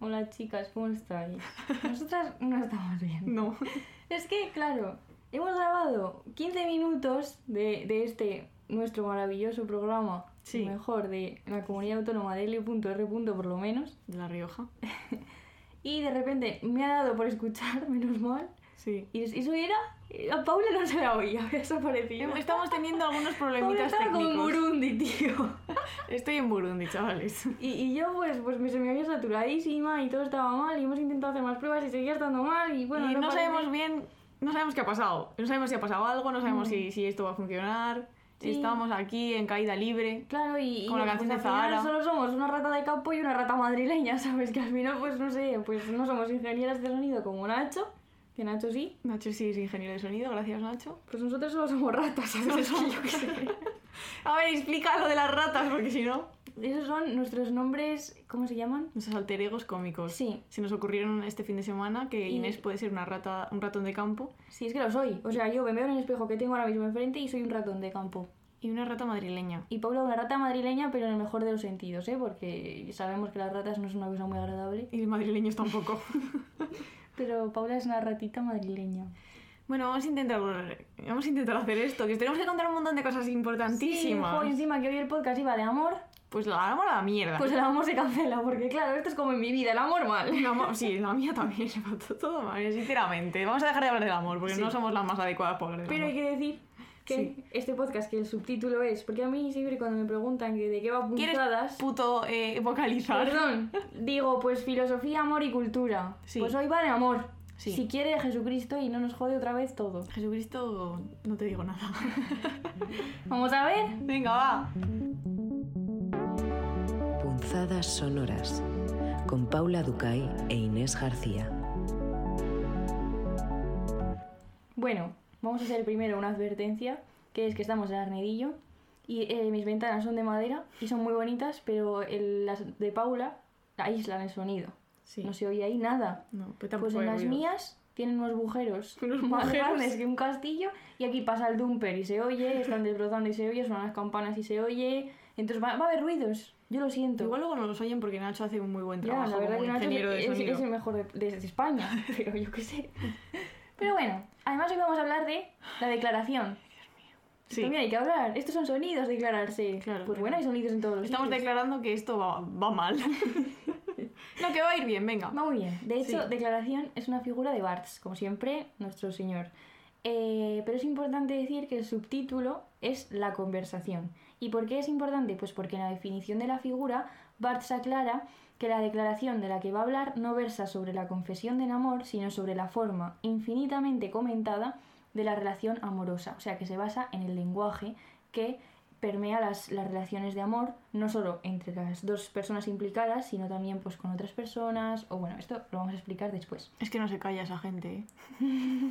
Hola chicas, ¿cómo estáis? Nosotras no estamos bien. No. Es que, claro, hemos grabado 15 minutos de, de este nuestro maravilloso programa, Sí. lo mejor de la comunidad autónoma de L.R. por lo menos, De La Rioja. y de repente me ha dado por escuchar, menos mal, Sí. y, y eso era, y a Paula no se la oía, había desaparecido. Estamos teniendo algunos Paula problemitas estaba como en técnicos. Burundi, tío. Estoy en Burundi, chavales. Y, y yo pues, pues me, se me había saturadísima y todo estaba mal y hemos intentado hacer más pruebas y seguía estando mal y bueno... y no, parece- sabemos bien, no sabemos qué ha pasado. No sabemos si ha pasado algo, no sabemos si, si esto va a funcionar, Mm. Sí. si estamos aquí en caída libre. Claro, y, y Como la pues, canción de al final Zahara. solo somos una rata de campo y una rata madrileña, ¿sabes? Que al final pues no sé, pues no somos ingenieras de sonido como Nacho, que Nacho sí, Nacho sí es ingeniero de sonido, gracias Nacho. pues nosotros solo somos ratas, ¿sabes? Es que yo qué sé. A ver, explica lo de las ratas, porque si no... Esos son nuestros nombres, ¿cómo se llaman? Nuestros alter egos cómicos. Sí. Se nos ocurrieron este fin de semana que Y- Inés puede ser una rata, un ratón de campo Sí, es que lo soy. O sea, yo me veo en el espejo que tengo ahora mismo enfrente y soy un ratón de campo. y una rata madrileña. Y Paula una rata madrileña, pero en el mejor de los sentidos, ¿eh? Porque sabemos que las ratas no es una cosa muy agradable. Y los madrileños tampoco. Pero Paula es una ratita madrileña. bueno, vamos a intentar vamos a intentar hacer esto, que os tenemos que contar un montón de cosas Sí, importantísimas. jo, y encima que hoy el podcast iba de amor, pues la damos a la mierda. pues el amor se cancela, porque claro, esto es como en mi vida, el amor mal. El amor- sí, la mía también, se mató todo mal, sinceramente. Vamos a dejar de hablar del amor, porque Sí. no somos las más adecuadas para hablar del Pero hay amor. que decir que Sí. este podcast, que el subtítulo es, porque a mí siempre cuando me preguntan que de qué va ¿Quieres puntadas, puto eh, vocalizar? perdón, digo pues filosofía, amor y cultura. Sí. Pues hoy va de amor. Sí. Si quiere Jesucristo y no nos jode otra vez todo. Jesucristo, no te digo nada. Vamos a ver. Venga, va. Punzadas Sonoras con Paula Ducay e Inés García. Bueno, vamos a hacer primero una advertencia, que es que estamos en Arnedillo y eh, mis ventanas son de madera y son muy bonitas, pero el- las de Paula aíslan el sonido. Sí. No se oye ahí nada. No, pues tampoco Pues en hay las ruido. mías tienen unos agujeros Unos más agujeros. grandes que un castillo y aquí pasa el dumper y se oye, están desbrozando y se oye, suenan las campanas y se oye. Entonces va, va a haber ruidos, yo lo siento. Igual luego no los oyen porque Nacho hace un muy buen Ya, trabajo la verdad como que Nacho ingeniero de es, es- sonido. es el mejor de, de- de España, pero yo qué sé. Pero bueno, además hoy vamos a hablar de la declaración. Sí. También hay que hablar. Estos son sonidos, declararse. Claro, pues claro. bueno, hay sonidos en todos los Estamos sitios. declarando que esto va, va mal. no, que va a ir bien, venga. Va muy bien. De hecho, Sí. declaración es una figura de Barthes, como siempre, nuestro señor. Eh, pero es importante decir que el subtítulo es la conversación. ¿Y por qué es importante? Pues porque en la definición de la figura, Barthes aclara que la declaración de la que va a hablar no versa sobre la confesión del amor, sino sobre la forma infinitamente comentada de la relación amorosa. O sea, que se basa en el lenguaje que permea las, las relaciones de amor, no solo entre las dos personas implicadas, sino también pues con otras personas, o bueno, esto lo vamos a explicar después. Es que no se calla esa gente, ¿eh?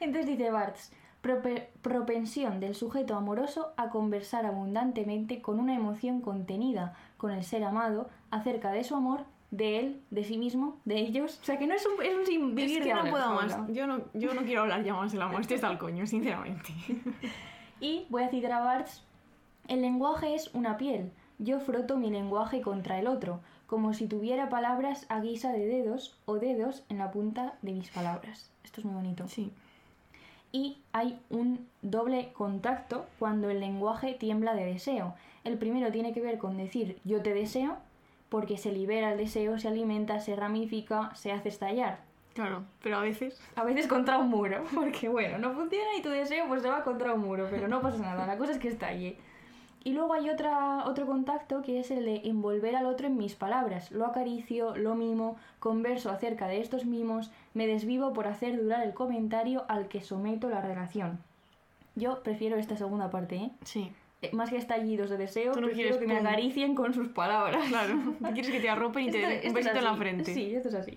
Entonces dice Barthes, "Prope- propensión del sujeto amoroso a conversar abundantemente con una emoción contenida con el ser amado acerca de su amor, de él, de sí mismo, de ellos. O sea que no es un, es un sin vivir es de que no hablar, puedo Paula. más. Yo no, yo no quiero hablar ya más del amor. Este está al coño, sinceramente. Y voy a citar a Barthes, el lenguaje es una piel, yo froto mi lenguaje contra el otro, como si tuviera palabras a guisa de dedos o dedos en la punta de mis palabras. Esto es muy bonito. Sí. y hay un doble contacto cuando el lenguaje tiembla de deseo. El primero tiene que ver con decir yo te deseo, porque se libera el deseo, se alimenta, se ramifica, se hace estallar. Claro, pero a veces... A veces contra un muro, porque bueno, no funciona y tu deseo pues se va contra un muro, pero no pasa nada, la cosa es que estalle. Y luego hay otra, otro contacto que es el de envolver al otro en mis palabras. Lo acaricio, lo mimo, converso acerca de estos mimos, me desvivo por hacer durar el comentario al que someto la relación. Yo prefiero esta segunda parte, ¿eh? Sí. Eh, Más que estallidos de deseo, Tú no prefiero quieres que me pum. acaricien con sus palabras. Claro. Tú quieres que te arropen y te Esto- den esto un es besito en la así. frente. Sí, esto es así.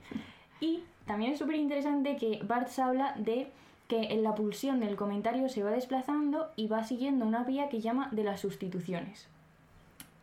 Y también es súper interesante que Barthes habla de que en la pulsión del comentario se va desplazando y va siguiendo una vía que llama de las sustituciones.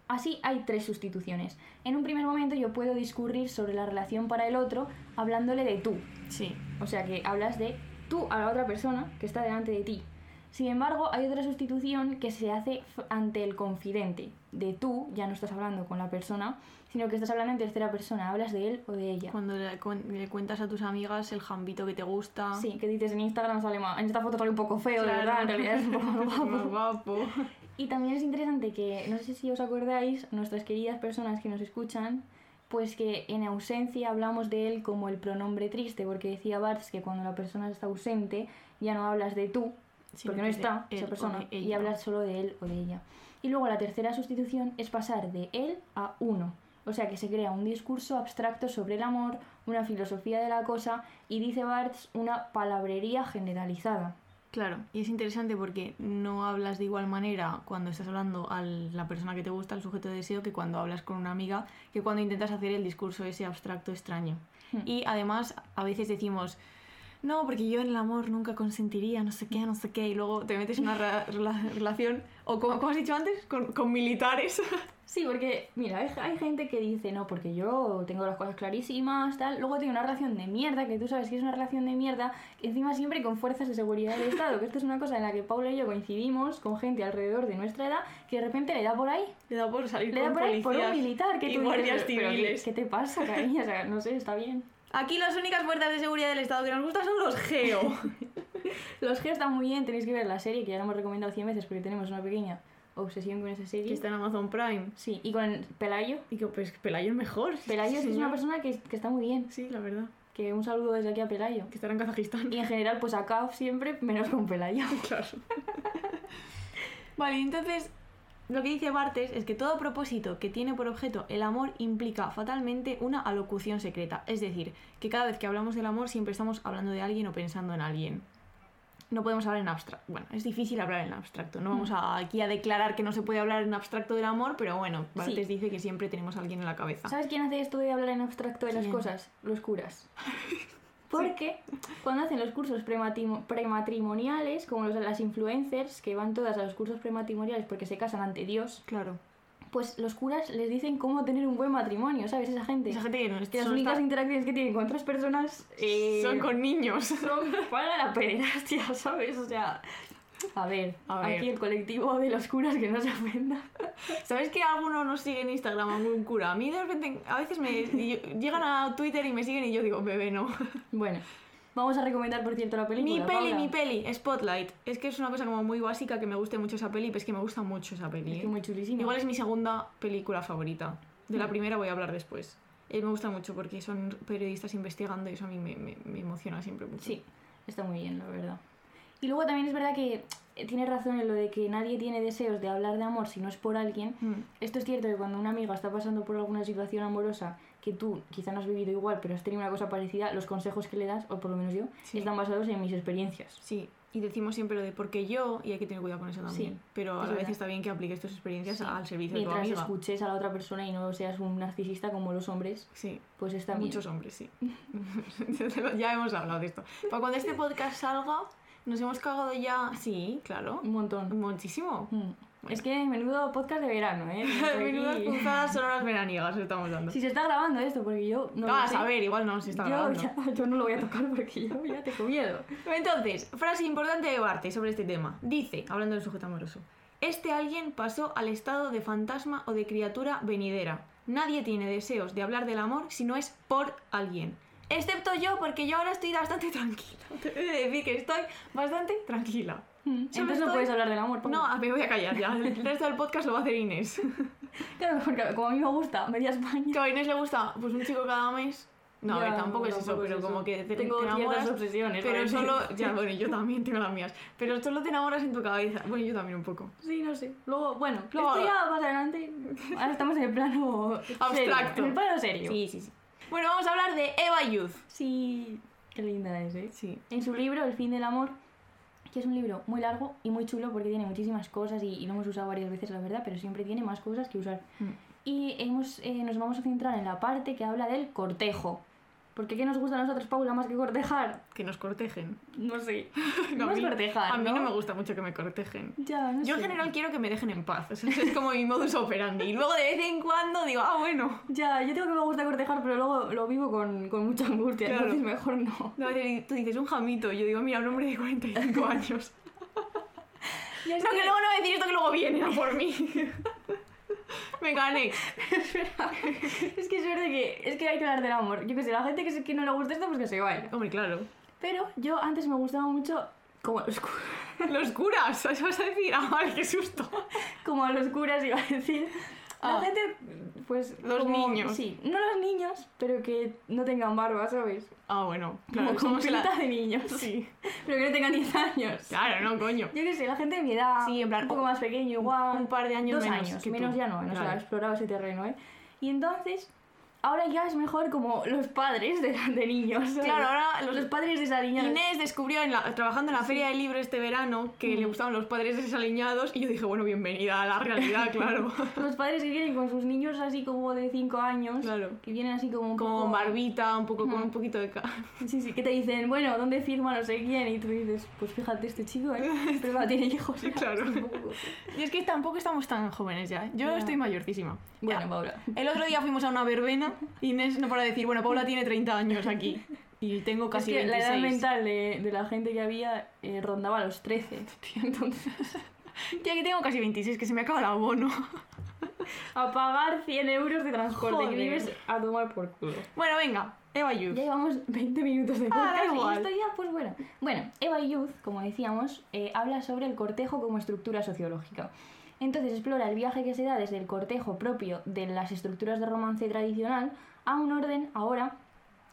Así hay tres sustituciones. En un primer momento yo puedo discurrir sobre la relación para el otro hablándole de tú. Sí. O sea que hablas de tú a la otra persona que está delante de ti. Sin embargo, hay otra sustitución que se hace f- ante el confidente. De tú, ya no estás hablando con la persona, sino que estás hablando en tercera persona, hablas de él o de ella. Cuando le, cuen- le cuentas a tus amigas el jambito que te gusta. Sí, que dices en Instagram sale ma- en esta foto sale un poco feo, de Claro. verdad, en realidad es un poco más Más guapo. guapo. Y también es interesante que, no sé si os acordáis, nuestras queridas personas que nos escuchan, pues que en ausencia hablamos de él como el pronombre triste, porque decía Barthes que cuando la persona está ausente ya no hablas de tú, Sino porque que no de está él esa o persona, de ella. y hablas solo de él o de ella. Y luego la tercera sustitución es pasar de él a uno. O sea que se crea un discurso abstracto sobre el amor, una filosofía de la cosa y dice Barthes una palabrería generalizada. Claro, y es interesante porque no hablas de igual manera cuando estás hablando a la persona que te gusta, al sujeto de deseo, que cuando hablas con una amiga, que cuando intentas hacer el discurso ese abstracto extraño. Hmm. Y además, a veces decimos, no, porque yo en el amor nunca consentiría, no sé qué, no sé qué, y luego te metes en una ra- rela- relación, o como, como has dicho antes, con, con militares. Sí, porque, mira, hay, hay gente que dice, no, porque yo tengo las cosas clarísimas, tal. Luego tiene una relación de mierda, que tú sabes que es una relación de mierda, que encima siempre con fuerzas de seguridad del Estado, que esto es una cosa en la que Paula y yo coincidimos con gente alrededor de nuestra edad, que de repente le da por ahí, Le da por salir le da con por ahí por un policías militar, que y tú dices, guardias "Pero, ¿qué- civiles. ¿Qué te pasa, cariño? O sea, no sé, está bien. Aquí las únicas fuerzas de seguridad del Estado que nos gustan son los geo. Los G están muy bien, tenéis que ver la serie, que ya la hemos recomendado 100 veces porque tenemos una pequeña obsesión con esa que serie. está en Amazon Prime. Sí, y con Pelayo. Y que pues, Pelayo es mejor. sí, Pelayo sí, es que es señor. una persona que, que está muy bien. Sí, la verdad. Que un saludo desde aquí a Pelayo. Que estará en Kazajistán. Y en general, pues a Kaf siempre, menos con Pelayo. Claro. vale, y entonces lo que dice Bartes es que todo propósito que tiene por objeto el amor implica fatalmente una alocución secreta. Es decir, que cada vez que hablamos del amor siempre estamos hablando de alguien o pensando en alguien. No podemos hablar en abstracto. Bueno, es difícil hablar en abstracto. No vamos a- aquí a declarar que no se puede hablar en abstracto del amor, pero bueno, Bartes dice que siempre tenemos a alguien en la cabeza. ¿Sabes quién hace esto de hablar en abstracto de las Ah. ¿Quién? cosas? Los curas. Porque cuando hacen los cursos prematimo- prematrimoniales, como los de las influencers, que van todas a los cursos prematrimoniales porque se casan ante Dios, Claro. pues los curas les dicen cómo tener un buen matrimonio, ¿sabes? Esa gente. Esa gente que no que las solo únicas está- interacciones que tienen con otras personas eh, son con niños. son para la pederastia, ¿sabes? O sea, a ver, A ver. aquí el colectivo de los curas que no se ofenda. ¿Sabes que alguno nos sigue en Instagram, algún cura? A mí de repente, a veces me y yo- llegan a Twitter y me siguen y yo digo, bebé, no. Bueno, vamos a recomendar, por cierto, la Mi película. peli, Paula. mi peli, Spotlight. Es que es una cosa como muy básica que me guste mucho esa peli, pero es que me gusta mucho esa peli. Es que ¿eh? muy Mm. chulísima. Igual es mi segunda película favorita. De la primera voy a hablar después. Eh, me gusta mucho porque son periodistas investigando y eso a mí me, me- me emociona siempre mucho. Sí, está muy bien, la verdad. Y luego también es verdad que eh, tienes razón en lo de que nadie tiene deseos de hablar de amor si no es por alguien. Mm. Esto es cierto que cuando una amiga está pasando por alguna situación amorosa que tú quizá no has vivido igual, pero has tenido una cosa parecida, los consejos que le das, o por lo menos yo, Sí. están basados en mis experiencias. Sí, y decimos siempre lo de porque yo, y hay que tener cuidado con eso también. Sí, pero a es la vez verdad. está bien que apliques tus experiencias Sí. al servicio de tu Mientras amiga. escuches a la otra persona y no seas un narcisista como los hombres, Sí, pues está bien. Muchos hombres, sí. ya hemos hablado de esto. Para cuando este podcast salga, nos hemos cagado ya. Sí, claro. Un montón. Muchísimo. Mm. Es que menudo podcast de verano, ¿eh? Menudas Aquí- punzadas sonoras veraniegas estamos dando. Si se está grabando esto, porque yo no Ah, lo a sé. saber, igual no se está yo, grabando. ya, yo no lo voy a tocar porque yo ya tengo miedo. Entonces, frase importante de Barte sobre este tema. Dice, hablando del sujeto amoroso, este alguien pasó al estado de fantasma o de criatura venidera. Nadie tiene deseos de hablar del amor si no es por alguien. Excepto yo, porque yo ahora estoy bastante tranquila. Te he de decir que estoy bastante tranquila. Mm, Solo Entonces no estoy- puedes hablar del amor. Pablo. No, ah, me voy a callar ya. El resto del podcast lo va a hacer Inés. Claro, porque como a mí me gusta, media España. Que a Inés le gusta pues un chico cada mes. No, a Ya, ver, tampoco es eso, tampoco es pero eso. como que te, Tengo te ciertas enamoras, obsesiones, Pero ¿vale? solo, ya, bueno, yo también tengo las mías. Pero solo te enamoras en tu cabeza. Bueno, yo también un poco. Sí, no sé. Luego, bueno, Luego- esto ya más adelante. Ahora estamos en el plano serio, Abstracto. en el plano serio. sí, sí. Bueno, vamos a hablar de Eva Youth. Sí, qué linda es, ¿eh? Sí. En su libro El fin del amor, que es un libro muy largo y muy chulo porque tiene muchísimas cosas y, y lo hemos usado varias veces, la verdad, pero siempre tiene más cosas que usar. Mm. Y hemos, eh, nos vamos a centrar en la parte que habla del cortejo. Porque ¿qué nos gusta a nosotros, Paula, más que cortejar? Que nos cortejen. No sé. A No es mí- cortejar, A mí no ¿no? me gusta mucho que me cortejen. Ya, no Yo en sé. general quiero que me dejen en paz. O sea, ese es como mi modus operandi. Y luego de vez en cuando digo, ah, bueno. Ya, yo tengo que me gusta cortejar, pero luego lo vivo con, con mucha angustia, Claro. entonces mejor no. No, y tú dices un jamito. Yo digo, mira, un hombre de 45 años. Ya No, estoy- que luego no voy a decir esto que luego vienen a por mí. Venga, Alex. Espera. es que es verdad que es que hay que hablar del amor. Yo que sé, la gente que, se- que no le gusta esto, pues que se vaya. Hombre, claro. Pero yo antes me gustaba mucho como los, cu- Los curas, eso vas a decir. Ah, vale, qué susto. como a los curas, iba a decir. La Ah. gente, pues... Los como- niños. Sí, no los niños, pero que no tengan barba, ¿sabes? Ah, bueno. Como Claro, con somos la- pinta de niños. Sí. Pero que no tengan 10 años. Claro, no, coño. Yo qué sé, la gente de mi edad, Sí, en plan, un poco un- más pequeño, igual. un par de años dos menos años, que tú. menos ya no, no se Claro. ha explorado ese terreno, ¿eh? Y entonces, ahora ya es mejor como los padres de, de niños. ¿sabes? Claro, ahora los, los- padres de esa niña. Inés descubrió en la- trabajando en la feria del libro este verano que le gustaban los padres desaliñados y yo dije, bueno, bienvenida a la realidad, claro. Los padres que vienen con sus niños así como de 5 años, Claro. que vienen así como un Como poco... barbita, un Mm. poco con un poquito de... ca- Sí, sí, que te dicen, bueno, ¿dónde firma no sé quién? Y tú dices, pues fíjate este chico, ¿eh? Pero no tiene hijos. Sí, claro. es un poco- Y es que tampoco estamos tan jóvenes ya. ¿eh? Yo Ya. estoy mayorcísima. Bueno, Ya. Paula. El otro día fuimos a una verbena. Inés no para de decir, bueno, Paula tiene 30 años aquí. Y tengo Es casi que la edad 26. mental de, de la gente que había eh, rondaba los 13. Entonces, Ya que tengo casi 26, que se me acaba el abono. a pagar 100 euros de transporte Joder. que vives a tomar por culo. Bueno, venga. Eva Youth. Ya llevamos 20 minutos de Ah, da podcast igual. y esto ya, pues bueno. Bueno, Eva Youth, como decíamos, eh, habla sobre el cortejo como estructura sociológica. Entonces explora el viaje que se da desde el cortejo propio de las estructuras de romance tradicional a un orden ahora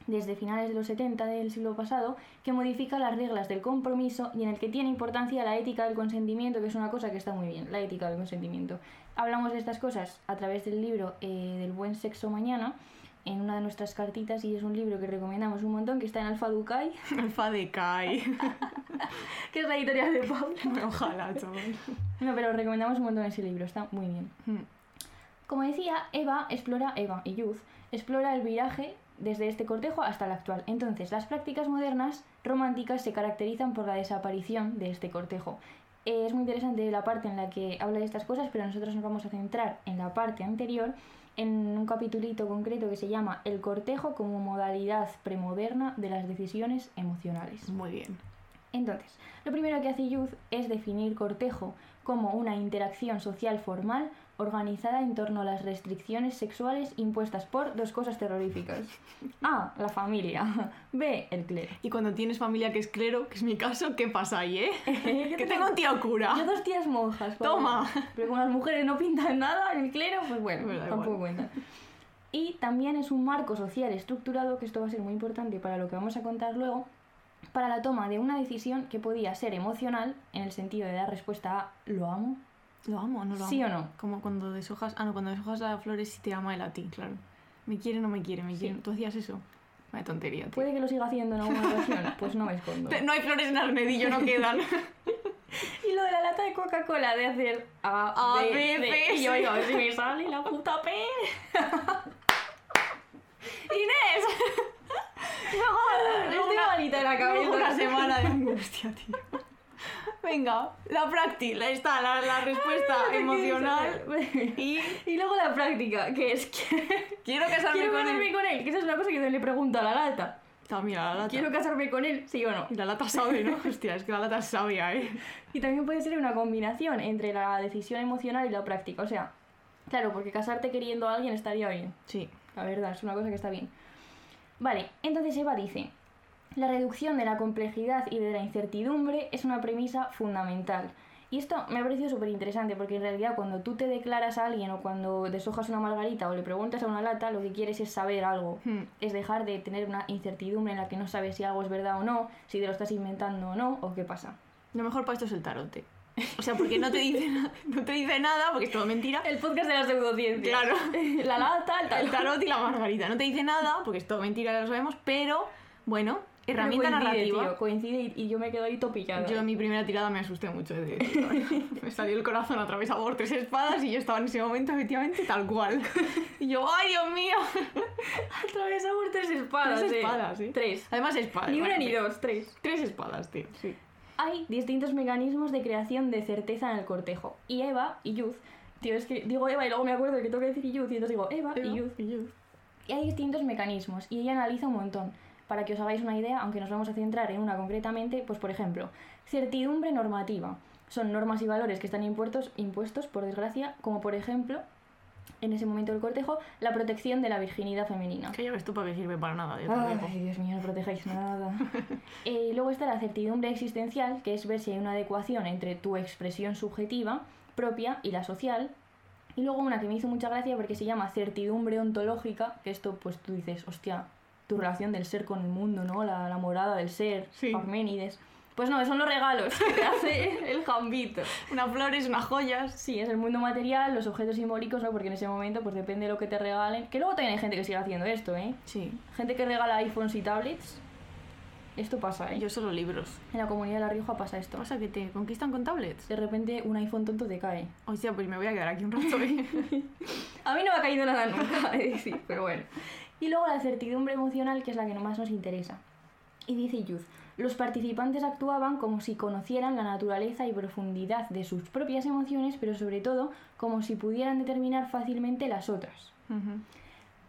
desde finales de los 70 del siglo pasado, que modifica las reglas del compromiso y en el que tiene importancia la ética del consentimiento, que es una cosa que está muy bien, la ética del consentimiento. Hablamos de estas cosas a través del libro eh, del buen sexo mañana, en una de nuestras cartitas, y es un libro que recomendamos un montón, que está en Alfa Ducay, Alfa de Kai. que es la editorial de Pablo. Ojalá, chaval. No, pero recomendamos un montón ese libro, está muy bien. Como decía, Eva explora, Eva y Youth, explora el viraje desde este cortejo hasta el actual. Entonces, las prácticas modernas románticas se caracterizan por la desaparición de este cortejo. Eh, es muy interesante la parte en la que habla de estas cosas, pero nosotros nos vamos a centrar en la parte anterior, en un capitulito concreto que se llama El cortejo como modalidad premoderna de las decisiones emocionales. Muy bien. Entonces, lo primero que hace Youth es definir cortejo como una interacción social formal organizada en torno a las restricciones sexuales impuestas por dos cosas terroríficas. A. La familia. B. El clero. Y cuando tienes familia que es clero, que es mi caso, ¿qué pasa ahí, eh? Yo que tengo- tengo un tío cura. Yo dos tías monjas. por Ah. Toma. favor. Pero como las mujeres no pintan nada en el clero, pues bueno, Me da igual. tampoco cuenta. Y también es un marco social estructurado, que esto va a ser muy importante para lo que vamos a contar luego, para la toma de una decisión que podía ser emocional, en el sentido de dar respuesta a ¿lo amo? ¿Lo amo o no lo amo? ¿Sí o no? Como cuando deshojas... Ah, no, cuando deshojas las flores si te ama el a ti, claro. Me quiere o no me quiere, me quiere. ¿Tú hacías eso? Vaya tontería, tío. ¿Puede que lo siga haciendo en alguna ocasión? Pues no me escondo. Te- No hay flores en Arnedillo, no quedan. Y lo de la lata de Coca-Cola, de hacer A, A, B, B, C. C, Y yo, sí. yo, si me sale la puta P. ¡Inés! Luego- Estoy luego malita de la cabeza. luego una semana de angustia, tío. Venga, la práctica, ahí está, la, la respuesta emocional. Y Y luego la práctica, que es que... quiero casarme Quiero con casarme él. con él, que esa es una cosa que le pregunto a la lata. Está, mira, la lata. ¿Quiero casarme con él? Sí o no. Y la lata sabe, ¿no? Hostia, es que la lata es sabia, ¿eh? Y también puede ser una combinación entre la decisión emocional y la práctica. O sea, claro, porque casarte queriendo a alguien estaría bien. Sí. La verdad, es una cosa que está bien. Vale, entonces Eva dice, la reducción de la complejidad y de la incertidumbre es una premisa fundamental. Y esto me ha parecido súper interesante porque en realidad cuando tú te declaras a alguien o cuando deshojas una margarita o le preguntas a una lata, lo que quieres es saber algo. Hmm. Es dejar de tener una incertidumbre en la que no sabes si algo es verdad o no, si te lo estás inventando o no, o qué pasa. Lo mejor para esto es el tarote. O sea, porque no te dice, na- no te dice nada, porque es todo mentira. El podcast de las pseudociencias. Claro. La lata, el El tarot y la margarita. No te dice nada, porque es todo mentira, ya lo sabemos, pero bueno, herramienta narrativa. coincide y, y yo me quedo ahí topillada. Yo en mi primera tirada me asusté mucho. de- de- me salió el corazón atravesado por tres espadas y yo estaba en ese momento efectivamente tal cual. Y yo, ¡ay, Dios mío! Atravesamos tres espadas. Tres eh. espadas, ¿eh? Tres. Además espadas. Ni una bueno, ni dos, tres. Tres espadas, tío. Sí. Hay distintos mecanismos de creación de certeza en el cortejo. Y Eva y Youth. Tío, es que digo Eva y luego me acuerdo que tengo que decir Youth y entonces digo Eva, y Youth. Y hay distintos mecanismos y ella analiza un montón. Para que os hagáis una idea, aunque nos vamos a centrar en una concretamente, pues por ejemplo, certidumbre normativa. son normas y valores que están impuestos, impuestos, por desgracia, como por ejemplo, en ese momento del cortejo, la protección de la virginidad femenina. Que ya ves tú para qué sirve para nada. yo te lo digo. Ay, Dios mío, no protejáis nada. Eh, luego está la certidumbre existencial, que es ver si hay una adecuación entre tu expresión subjetiva propia y la social. Y luego una que me hizo mucha gracia porque se llama certidumbre ontológica, que esto pues tú dices, hostia, tu relación del ser con el mundo, ¿no? La, la morada del ser, Sí. Parménides. Pues no, son los regalos que te hace el jambito. Unas flores, unas joyas. Sí, es el mundo material, los objetos simbólicos, ¿no? Porque en ese momento, pues depende de lo que te regalen. Que luego también hay gente que sigue haciendo esto, ¿eh? Sí. Gente que regala iPhones y tablets. Esto pasa, ¿eh? Yo solo libros. En la comunidad de La Rioja pasa esto. ¿Pasa que te conquistan con tablets? De repente un iPhone tonto te cae. O sea, pues me voy a quedar aquí un rato. ¿eh? A mí no me ha caído nada nunca, he de decir, pero bueno. Y luego la certidumbre emocional, que es la que más nos interesa. Y dice Youth, los participantes actuaban como si conocieran la naturaleza y profundidad de sus propias emociones, pero sobre todo como si pudieran determinar fácilmente las otras. Ujú.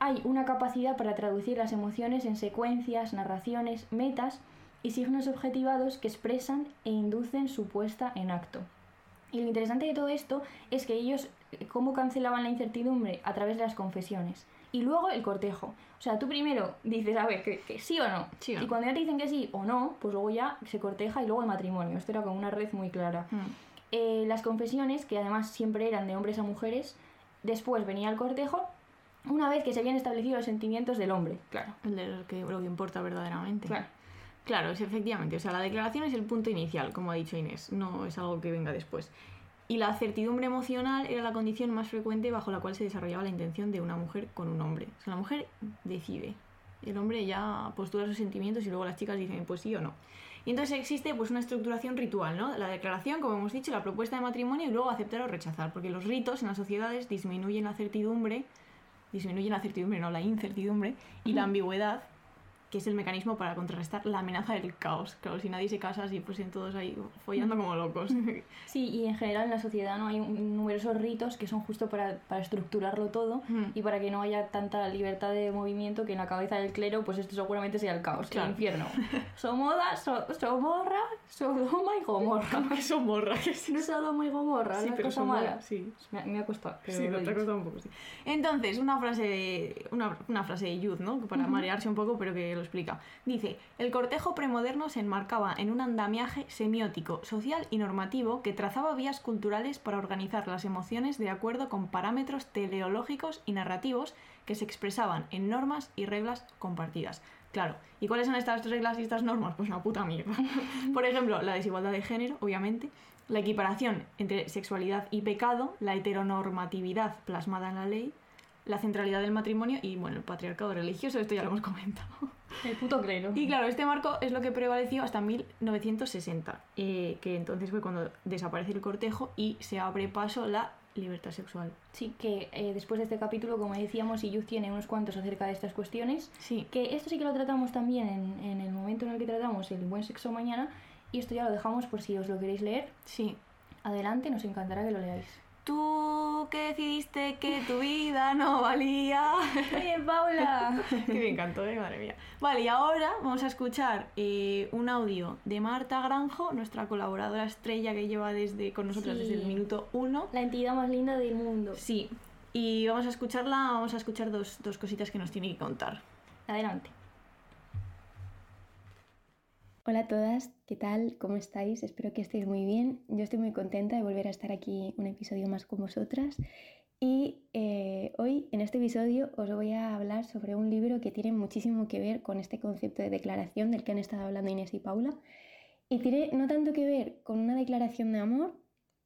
Hay una capacidad para traducir las emociones en secuencias, narraciones, metas y signos objetivados que expresan e inducen su puesta en acto. Y lo interesante de todo esto es que ellos eh, cómo cancelaban la incertidumbre a través de las confesiones. Y luego el cortejo. O sea, tú primero dices, a ver, que, que sí o no. Sí o y no. cuando ya te dicen que sí o no, pues luego ya se corteja y luego el matrimonio. Esto era como una red muy clara. Mm. Eh, las confesiones, que además siempre eran de hombres a mujeres, después venía el cortejo, una vez que se habían establecido los sentimientos del hombre. Claro. El de lo que, lo que importa verdaderamente. Claro. Claro, es efectivamente. O sea, la declaración es el punto inicial, como ha dicho Inés, no es algo que venga después. Y la certidumbre emocional era la condición más frecuente bajo la cual se desarrollaba la intención de una mujer con un hombre. O sea, la mujer decide. El hombre ya postula sus sentimientos y luego las chicas dicen pues sí o no. Y entonces existe pues una estructuración ritual, ¿no? La declaración, como hemos dicho, la propuesta de matrimonio y luego aceptar o rechazar, porque los ritos en las sociedades disminuyen la certidumbre, disminuyen la certidumbre, no la incertidumbre y la ambigüedad que es el mecanismo para contrarrestar la amenaza del caos. Claro, si nadie se casa, así pues en todos ahí follando como locos. Sí, y en general en la sociedad no hay un- numerosos ritos que son justo para, para estructurarlo todo Mm. y para que no haya tanta libertad de movimiento que en la cabeza del clero, pues esto seguramente sea el caos, Claro. el infierno. Somoda, so- Somorra, Sodoma y Gomorra. que son morras, que No es Sodoma y Gomorra, Sí, una pero cosa son mala. morras, sí. Me, me ha costado. pero lo Sí, he te ha dicho. costado un poco, sí. Entonces, una frase de, una, una frase de Youth, ¿no? Que Para marearse un poco, pero que lo explica. Dice, el cortejo premoderno se enmarcaba en un andamiaje semiótico, social y normativo que trazaba vías culturales para organizar las emociones de acuerdo con parámetros teleológicos y narrativos que se expresaban en normas y reglas compartidas. Claro, ¿y cuáles son estas reglas y estas normas? Pues una puta mierda. Por ejemplo, la desigualdad de género, obviamente, la equiparación entre sexualidad y pecado, la heteronormatividad plasmada en la ley, la centralidad del matrimonio y, bueno, el patriarcado religioso, esto ya lo hemos comentado. El puto clero. Y claro, este marco es lo que prevaleció hasta 1960, eh, que entonces fue cuando desaparece el cortejo y se abre paso la libertad sexual. Sí, que eh, después de este capítulo, como decíamos, Iyuz tiene unos cuantos acerca de estas cuestiones. Sí, Que esto sí que lo tratamos también en, en el momento en el que tratamos el buen sexo mañana. Y esto ya lo dejamos por si os lo queréis leer. sí. Adelante, nos encantará que lo leáis. Tú que decidiste que tu vida no valía. ¡Oye, Paula! que me encantó, ¿eh? madre mía. Vale, y ahora vamos a escuchar eh, un audio de Marta Granjo, nuestra colaboradora estrella que lleva desde con nosotros Sí. desde el minuto uno. La entidad más linda del mundo. Sí, y vamos a escucharla, vamos a escuchar dos, dos cositas que nos tiene que contar. Adelante. Hola a todas, ¿qué tal? ¿Cómo estáis? Espero que estéis muy bien. Yo estoy muy contenta de volver a estar aquí un episodio más con vosotras. Y eh, hoy, en este episodio, os voy a hablar sobre un libro que tiene muchísimo que ver con este concepto de declaración del que han estado hablando Inés y Paula. Y tiene no tanto que ver con una declaración de amor,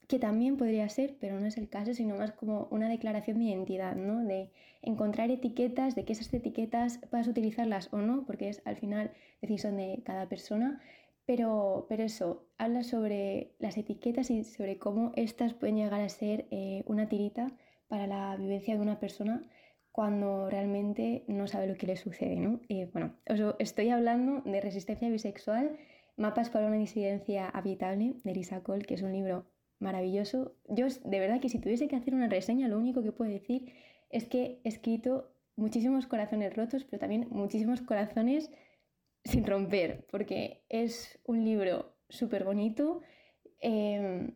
que también podría ser, pero no es el caso, sino más como una declaración de identidad, ¿no? De encontrar etiquetas, de que esas etiquetas puedas utilizarlas o no, porque es al final decisión de cada persona, pero, pero eso, habla sobre las etiquetas y sobre cómo estas pueden llegar a ser eh, una tirita para la vivencia de una persona cuando realmente no sabe lo que le sucede, ¿no? Eh, bueno, os lo- estoy hablando de Resistencia Bisexual, Mapas para una disidencia habitable, de Lisa Cole, que es un libro maravilloso. Yo, es- de verdad, que si tuviese que hacer una reseña, lo único que puedo decir es que he escrito muchísimos corazones rotos, pero también muchísimos corazones sin romper, porque es un libro súper bonito, eh,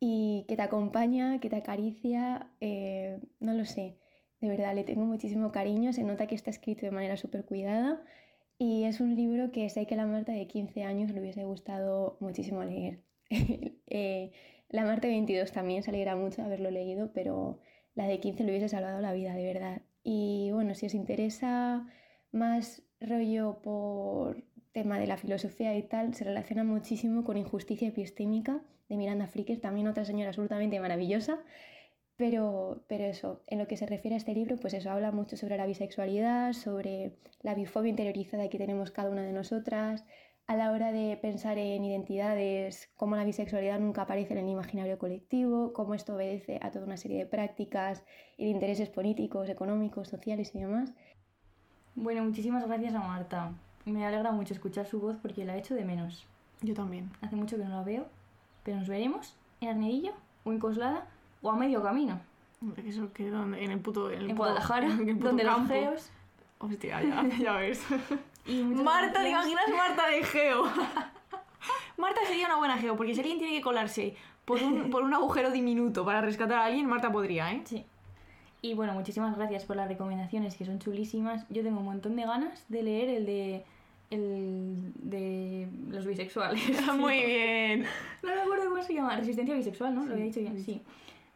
y que te acompaña, que te acaricia, eh, no lo sé. De verdad, le tengo muchísimo cariño, se nota que está escrito de manera súper cuidada y es un libro que sé que la Marta de 15 años le hubiese gustado muchísimo leer. eh, la Marta de 22 también se alegra mucho de haberlo leído, pero la de 15 le hubiese salvado la vida, de verdad. Y bueno, si os interesa más rollo por tema de la filosofía y tal, se relaciona muchísimo con Injusticia epistémica de Miranda Fricker, también otra señora absolutamente maravillosa. Pero, pero eso, en lo que se refiere a este libro, pues eso habla mucho sobre la bisexualidad, sobre la bifobia interiorizada que tenemos cada una de nosotras, a la hora de pensar en identidades, cómo la bisexualidad nunca aparece en el imaginario colectivo, cómo esto obedece a toda una serie de prácticas y de intereses políticos, económicos, sociales y demás. Bueno, muchísimas gracias a Marta. Me alegra mucho escuchar su voz porque la echo de menos. Yo también. Hace mucho que no la veo, pero nos veremos en Arnedillo o en Coslada o a medio camino. Hombre, Eso que donde- en el puto. En, el En puto- Guadalajara, en el puto donde los campo. geos. Hostia, ya, ya ves. Y muchas Marta, ¿te gracias. imaginas Marta de Geo? Marta sería una buena Geo, porque si alguien tiene que colarse por un, por un agujero diminuto para rescatar a alguien, Marta podría, ¿eh? Sí. Y bueno, muchísimas gracias por las recomendaciones que son chulísimas. Yo tengo un montón de ganas de leer el de el de los bisexuales. Ah, Muy bien. No me acuerdo cómo se llama. Resistencia bisexual, ¿no? Sí, lo había dicho bien. lo he Sí.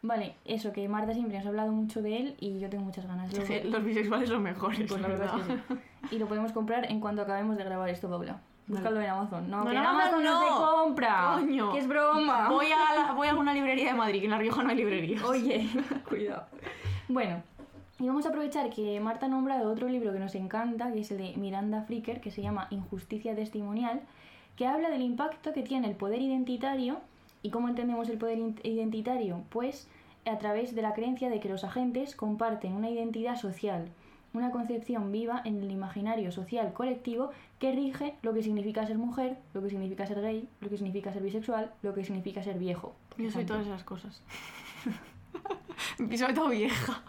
Vale, eso que Marta siempre nos ha hablado mucho de él y yo tengo muchas ganas. Lo- Los bisexuales son mejores, pues la verdad es que sí. Y lo podemos comprar en cuanto acabemos de grabar esto, Paula. Búscalo en Amazon. No, No, que en en Amazon Amazon no, se no. compra. Coño. Que es broma. Voy a, la- voy a alguna librería de Madrid, que en La Rioja no hay librerías. Oye, cuidado. Bueno, y vamos a aprovechar que Marta ha nombrado otro libro que nos encanta, que es el de Miranda Fricker, que se llama Injusticia Testimonial, que habla del impacto que tiene el poder identitario y cómo entendemos el poder in- identitario, pues a través de la creencia de que los agentes comparten una identidad social, una concepción viva en el imaginario social colectivo que rige lo que significa ser mujer, lo que significa ser gay, lo que significa ser bisexual, lo que significa ser viejo. por Yo soy ejemplo. todas esas cosas. Sobre todo vieja.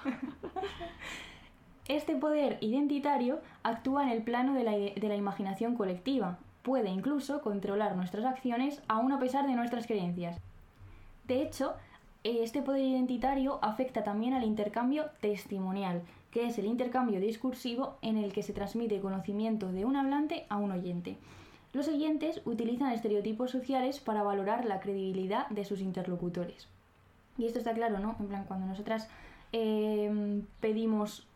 Este poder identitario actúa en el plano de la, ide- de la imaginación colectiva. Puede incluso controlar nuestras acciones aún a pesar de nuestras creencias. De hecho, eh, este poder identitario afecta también al intercambio testimonial, que es el intercambio discursivo en el que se transmite conocimiento de un hablante a un oyente. Los oyentes utilizan estereotipos sociales para valorar la credibilidad de sus interlocutores. Y esto está claro, ¿no? En plan, cuando nosotras eh, pedimos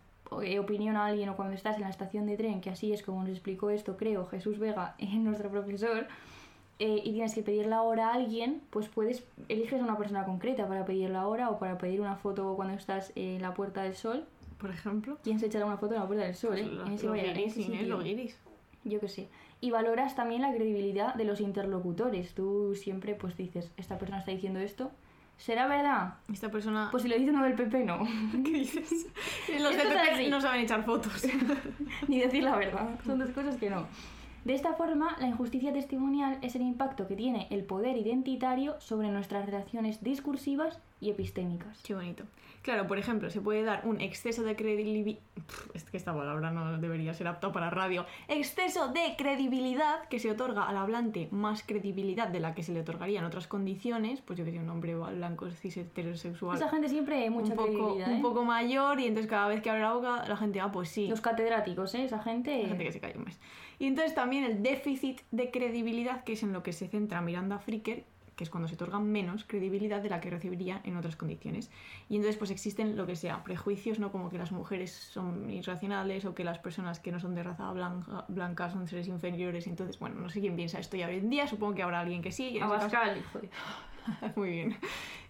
eh, opinión a alguien o cuando estás en la estación de tren, que así es como nos explicó esto, creo, Jesús Vega, eh, nuestro profesor, eh, y tienes que pedir la hora a alguien, pues puedes, eliges a una persona concreta para pedir la hora o para pedir una foto cuando estás eh, en la Puerta del Sol. Por ejemplo. ¿Quién se echará una foto en la Puerta del Sol? eh? Los- En ese los baile- en guiris, ese Inés, sitio los guiris. yo qué sé. Y valoras también la credibilidad de los interlocutores. Tú siempre pues dices, esta persona está diciendo esto, ¿será verdad? Esta persona... Pues si lo dice uno del PP no, ¿Qué dices? Los de Esto es PP así. no saben echar fotos. ni decir la verdad. Son dos cosas que no. De esta forma, la injusticia testimonial es el impacto que tiene el poder identitario sobre nuestras relaciones discursivas y epistémicas. Qué bonito. Claro, por ejemplo, se puede dar un exceso de credibilidad. Es que esta palabra no debería ser apta para radio. Exceso de credibilidad que se otorga al hablante más credibilidad de la que se le otorgaría en otras condiciones. Pues yo que sé, un hombre blanco, cis, heterosexual. Esa gente siempre hay mucha un poco, credibilidad, un ¿eh? poco mayor y entonces cada vez que abre la boca la gente, ah, pues sí. Los catedráticos, ¿eh? Esa gente... Hay gente que se cayó más. Y entonces también el déficit de credibilidad, que es en lo que se centra Miranda Fricker, que es cuando se otorga menos credibilidad de la que recibiría en otras condiciones. Y entonces pues existen lo que sea, prejuicios, ¿no? Como que las mujeres son irracionales o que las personas que no son de raza blanca, blanca son seres inferiores. Entonces, bueno, no sé quién piensa esto ya hoy en día, supongo que habrá alguien que sí. y en ese caso- Abascal, hijo de- muy bien.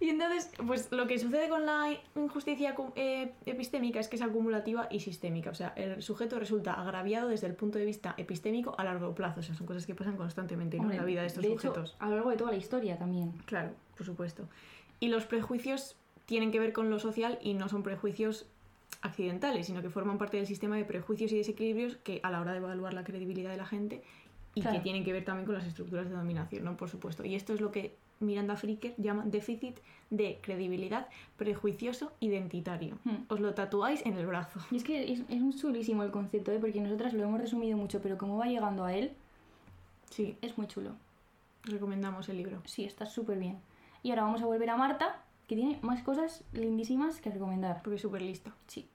Y entonces, pues lo que sucede con la injusticia acu- eh, epistémica es que es acumulativa y sistémica. O sea, el sujeto resulta agraviado desde el punto de vista epistémico a largo plazo. O sea, son cosas que pasan constantemente ¿no? Hombre, en la vida de estos de hecho, sujetos. a lo largo de toda la historia también. Claro, por supuesto. Y los prejuicios tienen que ver con lo social y no son prejuicios accidentales, sino que forman parte del sistema de prejuicios y desequilibrios que a la hora de evaluar la credibilidad de la gente y Claro. que tienen que ver también con las estructuras de dominación, ¿no? Por supuesto. Y esto es lo que Miranda Fricker llama déficit de credibilidad prejuicioso identitario. Hmm. Os lo tatuáis en el brazo. Y es que es, es un chulísimo el concepto, ¿eh? porque nosotras lo hemos resumido mucho, pero como va llegando a él, Sí, es muy chulo. recomendamos el libro. Sí, está súper bien. Y ahora vamos a volver a Marta, que tiene más cosas lindísimas que recomendar. Porque es súper lista. Sí.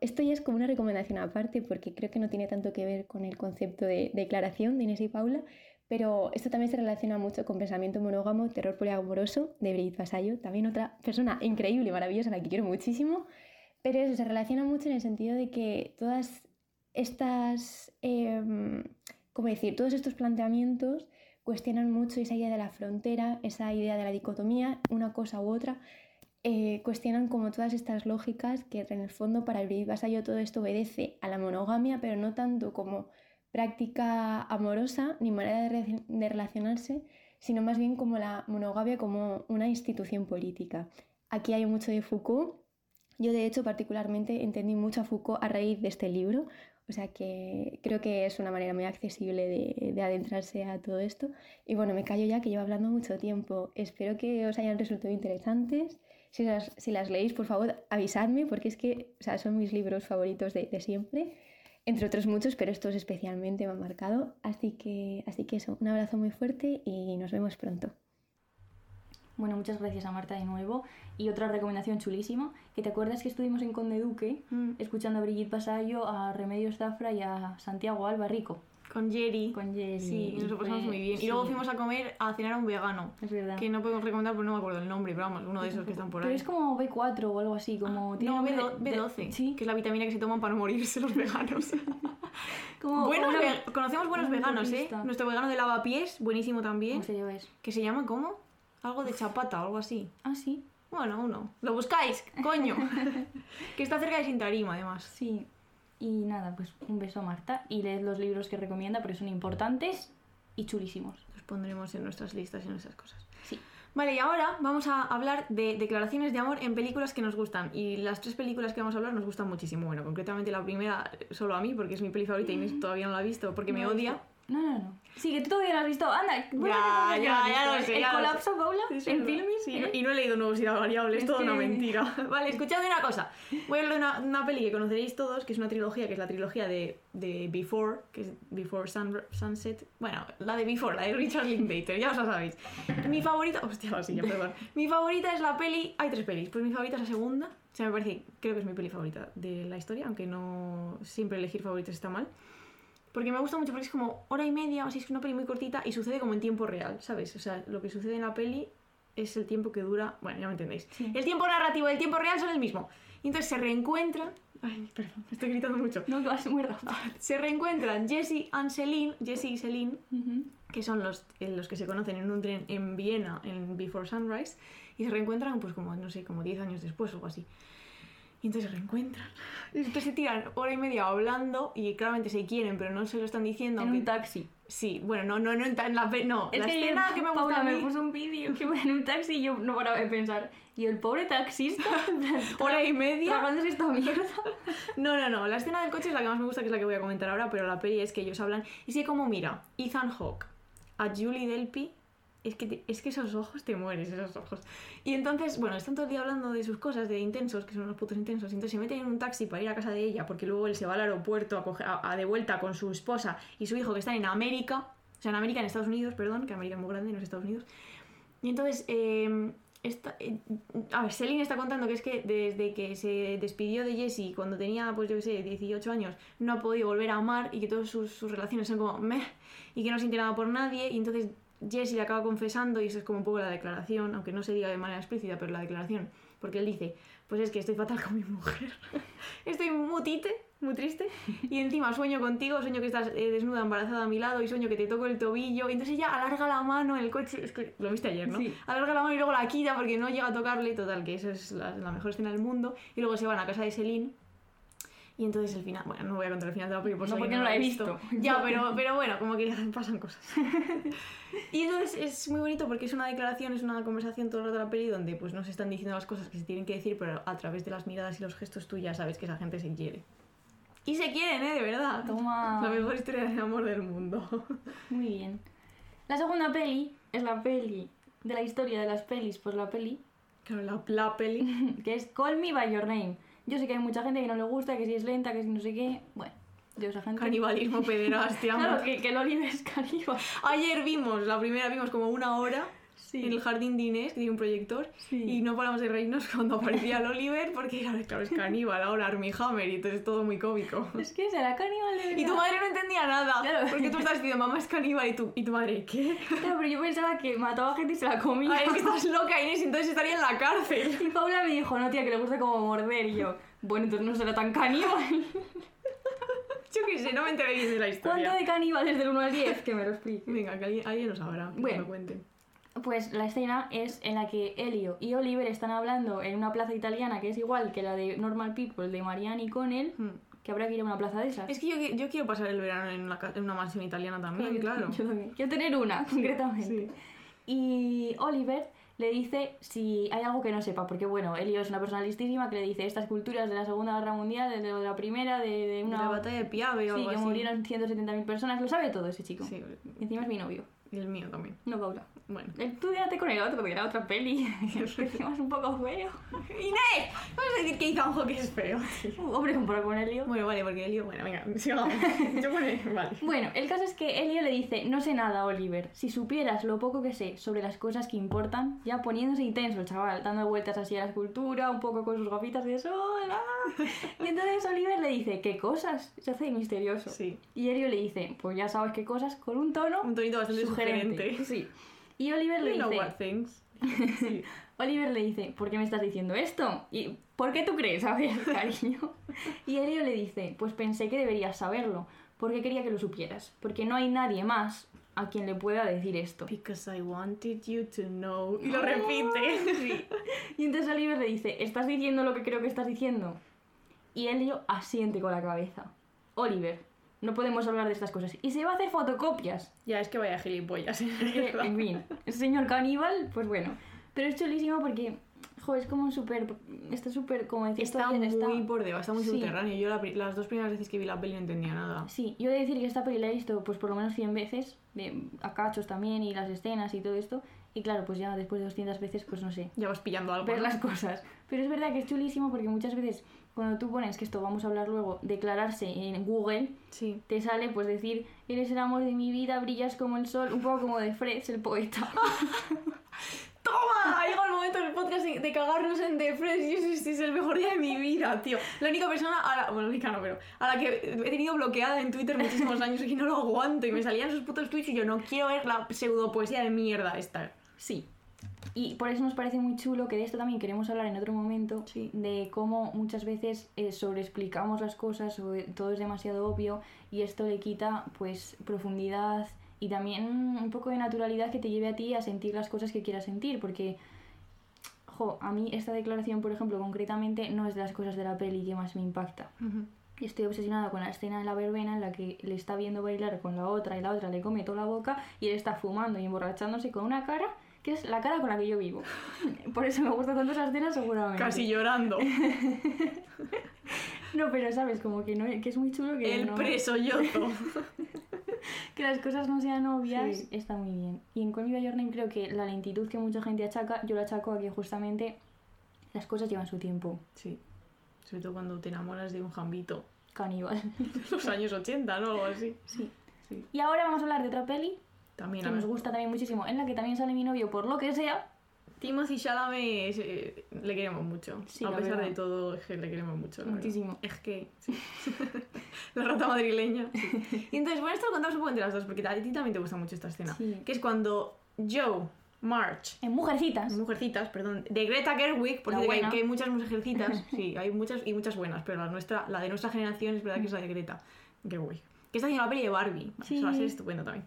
Esto ya es como una recomendación aparte, porque creo que no tiene tanto que ver con el concepto de declaración de Inés y Paula, pero esto también se relaciona mucho con Pensamiento Monógamo, Terror Poliamoroso, de Brigitte Vasallo, también otra persona increíble, maravillosa, a la que quiero muchísimo, pero eso se relaciona mucho en el sentido de que todas estas, eh, ¿cómo decir?, todos estos planteamientos cuestionan mucho esa idea de la frontera, esa idea de la dicotomía, una cosa u otra, eh, cuestionan como todas estas lógicas que en el fondo para Brigitte Vasallo todo esto obedece a la monogamia, pero no tanto como práctica amorosa ni manera de, re- de, relacionarse, sino más bien como la monogamia como una institución política. Aquí hay mucho de Foucault. Yo de hecho particularmente entendí mucho a Foucault a raíz de este libro, o sea que creo que es una manera muy accesible de, de adentrarse a todo esto. Y bueno, me callo ya que llevo hablando mucho tiempo. Espero que os hayan resultado interesantes. Si las, si las leéis, por favor, avisadme porque es que o sea, son mis libros favoritos de, de siempre entre otros muchos, pero estos especialmente me han marcado. Así que, así que eso, un abrazo muy fuerte y nos vemos pronto. Bueno, muchas gracias a Marta de nuevo. Y otra recomendación chulísima, que te acuerdas que estuvimos en Conde Duque mm. escuchando a Brigitte Pasallo, a Remedios Zafra y a Santiago Albarrico. Con Jerry. Con Jerry. Sí, y nos lo pasamos muy bien. Sí. Y luego fuimos a comer, a cenar a un vegano. Es verdad. Que no podemos recomendar porque no me acuerdo el nombre, pero vamos, uno de esos que están por ahí. Pero es como B4 o algo así, como... Ah, no, B12, B12 ¿sí? que es la vitamina que se toman para no morirse los veganos. como buenos una, ve- conocemos buenos veganos, turista. ¿eh? Nuestro vegano de lavapiés, buenísimo también. ¿Cómo se lleva eso? Que se llama, ¿cómo? Algo de chapata, algo así. Ah, sí. Bueno, uno. Lo buscáis, coño. que está cerca de Sintarima, además. Sí. Y nada, pues un beso a Marta y leed los libros que recomienda porque son importantes y chulísimos. Los pondremos en nuestras listas y en nuestras cosas. Sí. Vale, y ahora vamos a hablar de declaraciones de amor en películas que nos gustan. Y las tres películas que vamos a hablar nos gustan muchísimo. Bueno, concretamente la primera eh, solo a mí porque es mi peli favorita y Inés todavía no la ha visto porque Mm. no me odia. No, no, no. Sí, que tú todavía no has visto. Anda, ya, ya, ya, lo sé. El ya colapso, lo Paula, sí, en filmis. Sí, ¿eh? Y no he leído nubosidad variable, es toda una mentira. vale, escuchad una cosa. Voy a hablar de una, una, peli que conoceréis todos, que es una trilogía, que es la trilogía de, de Before, que es Before Sun, Sunset. Bueno, la de Before, la de Richard Linklater, ya os la sabéis. Mi favorita. Hostia, sí, ya, perdón. Mi favorita es la peli. Hay tres pelis, pues mi favorita es la segunda. O sea, me parece, creo que es mi peli favorita de la historia, aunque no siempre elegir favoritas está mal porque me gusta mucho porque es como hora y media, o así sea, es una peli muy cortita y sucede como en tiempo real, ¿sabes? O sea, lo que sucede en la peli es el tiempo que dura, bueno, ya me entendéis. Sí. El tiempo narrativo y el tiempo real son el mismo. Y entonces se reencuentran, ay, perdón, me estoy gritando mucho. No, que vas muy rápido. Se reencuentran Jesse and Celine, Jesse y Celine, uh-huh. que son los, eh, los que se conocen en un tren en Viena, en Before Sunrise, y se reencuentran pues como, no sé, como 10 años después o algo así. Y entonces se reencuentran. Y entonces se tiran hora y media hablando y claramente se quieren, pero no se lo están diciendo. En aunque... un taxi. Sí, bueno, no, no, no, en la, no, es la que escena yo, que me gusta Paula a mí... me puso un vídeo que en un taxi y yo no paraba de pensar, y el pobre taxista, hora y media, tragándose esta mierda. no, no, no, la escena del coche es la que más me gusta, que es la que voy a comentar ahora, pero la peli es que ellos hablan, y sé como mira, Ethan Hawke, a Julie Delpy, es que, te, es que esos ojos te mueres, esos ojos. Y entonces, bueno, están todo el día hablando de sus cosas, de intensos, que son unos putos intensos. Y entonces se meten en un taxi para ir a casa de ella, porque luego él se va al aeropuerto a, coge, a, a de vuelta con su esposa y su hijo, que están en América, o sea, en América, en Estados Unidos, perdón, que América es muy grande, no es Estados Unidos. Y entonces, eh, esta, eh, a ver, Selin está contando que es que desde que se despidió de Jesse cuando tenía, pues yo qué sé, 18 años, no ha podido volver a amar y que todas sus, sus relaciones son como meh, y que no siente nada por nadie. Y entonces Jesse le acaba confesando, y eso es como un poco la declaración, aunque no se diga de manera explícita, pero la declaración, porque él dice, pues es que estoy fatal con mi mujer, estoy mutite, muy triste, y encima sueño contigo, sueño que estás eh, desnuda, embarazada a mi lado, y sueño que te toco el tobillo, y entonces ella alarga la mano en el coche, es que lo viste ayer, ¿no? Sí. Alarga la mano y luego la quita porque no llega a tocarle, total, que eso es la, la mejor escena del mundo, y luego se van a casa de Celine, y entonces el final, bueno, no voy a contar el final de la película por no, porque no, lo he visto. visto. Ya, pero, pero bueno, como que pasan cosas. y entonces es muy bonito porque es una declaración, es una conversación todo el rato de la peli donde pues no se están diciendo las cosas que se tienen que decir, pero a través de las miradas y los gestos tú ya sabes que esa gente se quiere. Y se quieren, ¿eh? De verdad. Toma. La mejor historia de amor del mundo. muy bien. La segunda peli es la peli de la historia de las pelis, pues la peli. Claro, la, la peli. que es Call Me By Your Name. Yo sé que hay mucha gente que no le gusta, que si es lenta, que si no sé qué. Bueno, de esa gente. Canibalismo, pederastia. claro, que, que Loli es caníbal. Ayer vimos, la primera vimos como una hora. Sí. en el jardín de Inés, que tiene un proyector, Sí. y no paramos de reírnos cuando aparecía el Oliver, porque claro, claro, es caníbal ahora, Armie Hammer, y entonces todo muy cómico. Es que será caníbal de Y tu verdad. madre no entendía nada, Claro. porque tú estás diciendo, mamá es caníbal, y tu, y tu madre, ¿qué? Claro, pero yo pensaba que mataba gente y se la comía. Ay, Ah, es que estás loca, Inés, entonces estaría en la cárcel. Y Paula me dijo, no tía, que le gusta como morder. Y yo, bueno, entonces no será tan caníbal. Yo qué sé, no me enteréis de la ¿Cuánto historia. de caníbales del 1 al 10? Que me lo explique. Venga, que alguien, alguien lo sabrá, que Bueno. nos lo cuente. Pues la escena es en la que Elio y Oliver están hablando en una plaza italiana que es igual que la de Normal People de Marianne y Connell, que habrá que ir a una plaza de esas. Mm. Es que yo, qui- yo quiero pasar el verano en una, ca- en una mansión italiana también, claro. Yo también. Quiero tener una, concretamente. Sí. Y Oliver le dice si hay algo que no sepa, porque bueno, Elio es una persona listísima que le dice estas culturas de la Segunda Guerra Mundial, de la Primera, de, de una... La batalla de Piave o sí, algo que así. murieron 170.000 personas, lo sabe todo ese chico. Sí, Y encima es mi novio, y el mío también. no Paula. Bueno. Eh, Tú quédate con el otro, que era otra peli, que encima es un poco feo. ¡Inés! Vamos a decir que Ethan Hawke es feo. Uh, Hombre, comparado con Elio. Bueno, vale, porque Elio... Bueno, venga, sigamos. Yo pone... Vale. Bueno, el caso es que Elio le dice, no sé nada, Oliver. Si supieras lo poco que sé sobre las cosas que importan, ya poniéndose intenso el chaval, dando vueltas así a la escultura, un poco con sus gafitas de sol. ¡ah! Y entonces Oliver le dice, ¿qué cosas? Se hace misterioso. Sí. Y Elio le dice, pues ya sabes qué cosas, con un tono, Un tonito bastante sugerente. Sí. Y Oliver le You know dice, what things. Sí. Oliver le dice, ¿por qué me estás diciendo esto? ¿Y por qué tú crees? A ver, cariño. Y Elio le dice, pues pensé que deberías saberlo, porque quería que lo supieras, porque no hay nadie más a quien le pueda decir esto. Because I wanted you to know. Y lo repite. Oh, Sí. Y entonces Oliver le dice, ¿estás diciendo lo que creo que estás diciendo? Y Elio asiente con la cabeza. Oliver, no podemos hablar de estas cosas. Y se va a hacer fotocopias. Ya, es que vaya gilipollas. Eh, ¿verdad? en fin, el señor caníbal, pues bueno. Pero es chulísimo porque, jo, es como súper. Está súper, como decía Está muy Tolkien, está- por debajo, está muy Sí. subterráneo. Yo la pri- las dos primeras veces que vi la peli no entendía nada. Sí, yo he de decir que esta peli la he visto pues por lo menos 100 veces, de, a cachos también y las escenas y todo esto. Y claro, pues ya después de 200 veces, pues no sé, Ya vas pillando algo. ver ¿no? las cosas. Pero es verdad que es chulísimo porque muchas veces cuando tú pones que esto vamos a hablar luego, declararse en Google, Sí. te sale pues decir, eres el amor de mi vida, brillas como el sol, un poco como de Fred, el poeta. ¡Toma! Ha llegado el momento del podcast de de cagarnos en The Fresh. Y ese- ese es el mejor día de mi vida, tío. La única persona a la... Bueno, única no, pero... A la que he tenido bloqueada en Twitter muchísimos años y que no lo aguanto. Y me salían sus putos tweets y yo no quiero ver la pseudo poesía de mierda esta. Sí. Y por eso nos parece muy chulo que de esto también queremos hablar en otro momento, Sí. de cómo muchas veces eh, sobreexplicamos las cosas, o, eh, todo es demasiado obvio y esto le quita pues profundidad y también un poco de naturalidad que te lleve a ti a sentir las cosas que quieras sentir, porque jo, a mí esta declaración, por ejemplo, concretamente no es de las cosas de la peli que más me impacta. Estoy obsesionada con la escena de la verbena en la que le está viendo bailar con la otra y la otra le come toda la boca y él está fumando y emborrachándose con una cara que es la cara con la que yo vivo. Por eso me gusta tanto esa escena seguramente. Casi llorando. No, pero sabes, como que, no, que es muy chulo que, el no- preso yoto. que las cosas no sean obvias Sí. está muy bien. Y en Call Me By Your Name creo que la lentitud que mucha gente achaca, yo la achaco a que justamente las cosas llevan su tiempo. Sí. Sobre todo cuando te enamoras de un jambito. Caníbal. Los años 80, ¿no? Algo así. Sí. Sí. Y ahora vamos a hablar de otra peli También que a nos ver. gusta también muchísimo, en la que también sale mi novio por lo que sea. Timothy Chalamet es, eh, le queremos mucho. Sí, a la pesar verdad. de todo, es que le queremos mucho. la verdad. Muchísimo. Es que. sí. la rata madrileña. sí. Y entonces, bueno, esto lo contamos un poco entre las dos, porque a ti también te gusta mucho esta escena. Sí. Que es cuando Joe, March, En Mujercitas. mujercitas, perdón, de Greta Gerwig, porque La que hay, buena. que hay muchas mujercitas, sí, hay muchas y muchas buenas, pero la, nuestra, la de nuestra generación es verdad que es la de Greta Gerwig, que está haciendo la peli de Barbie, Sí. eso va a ser estupendo también.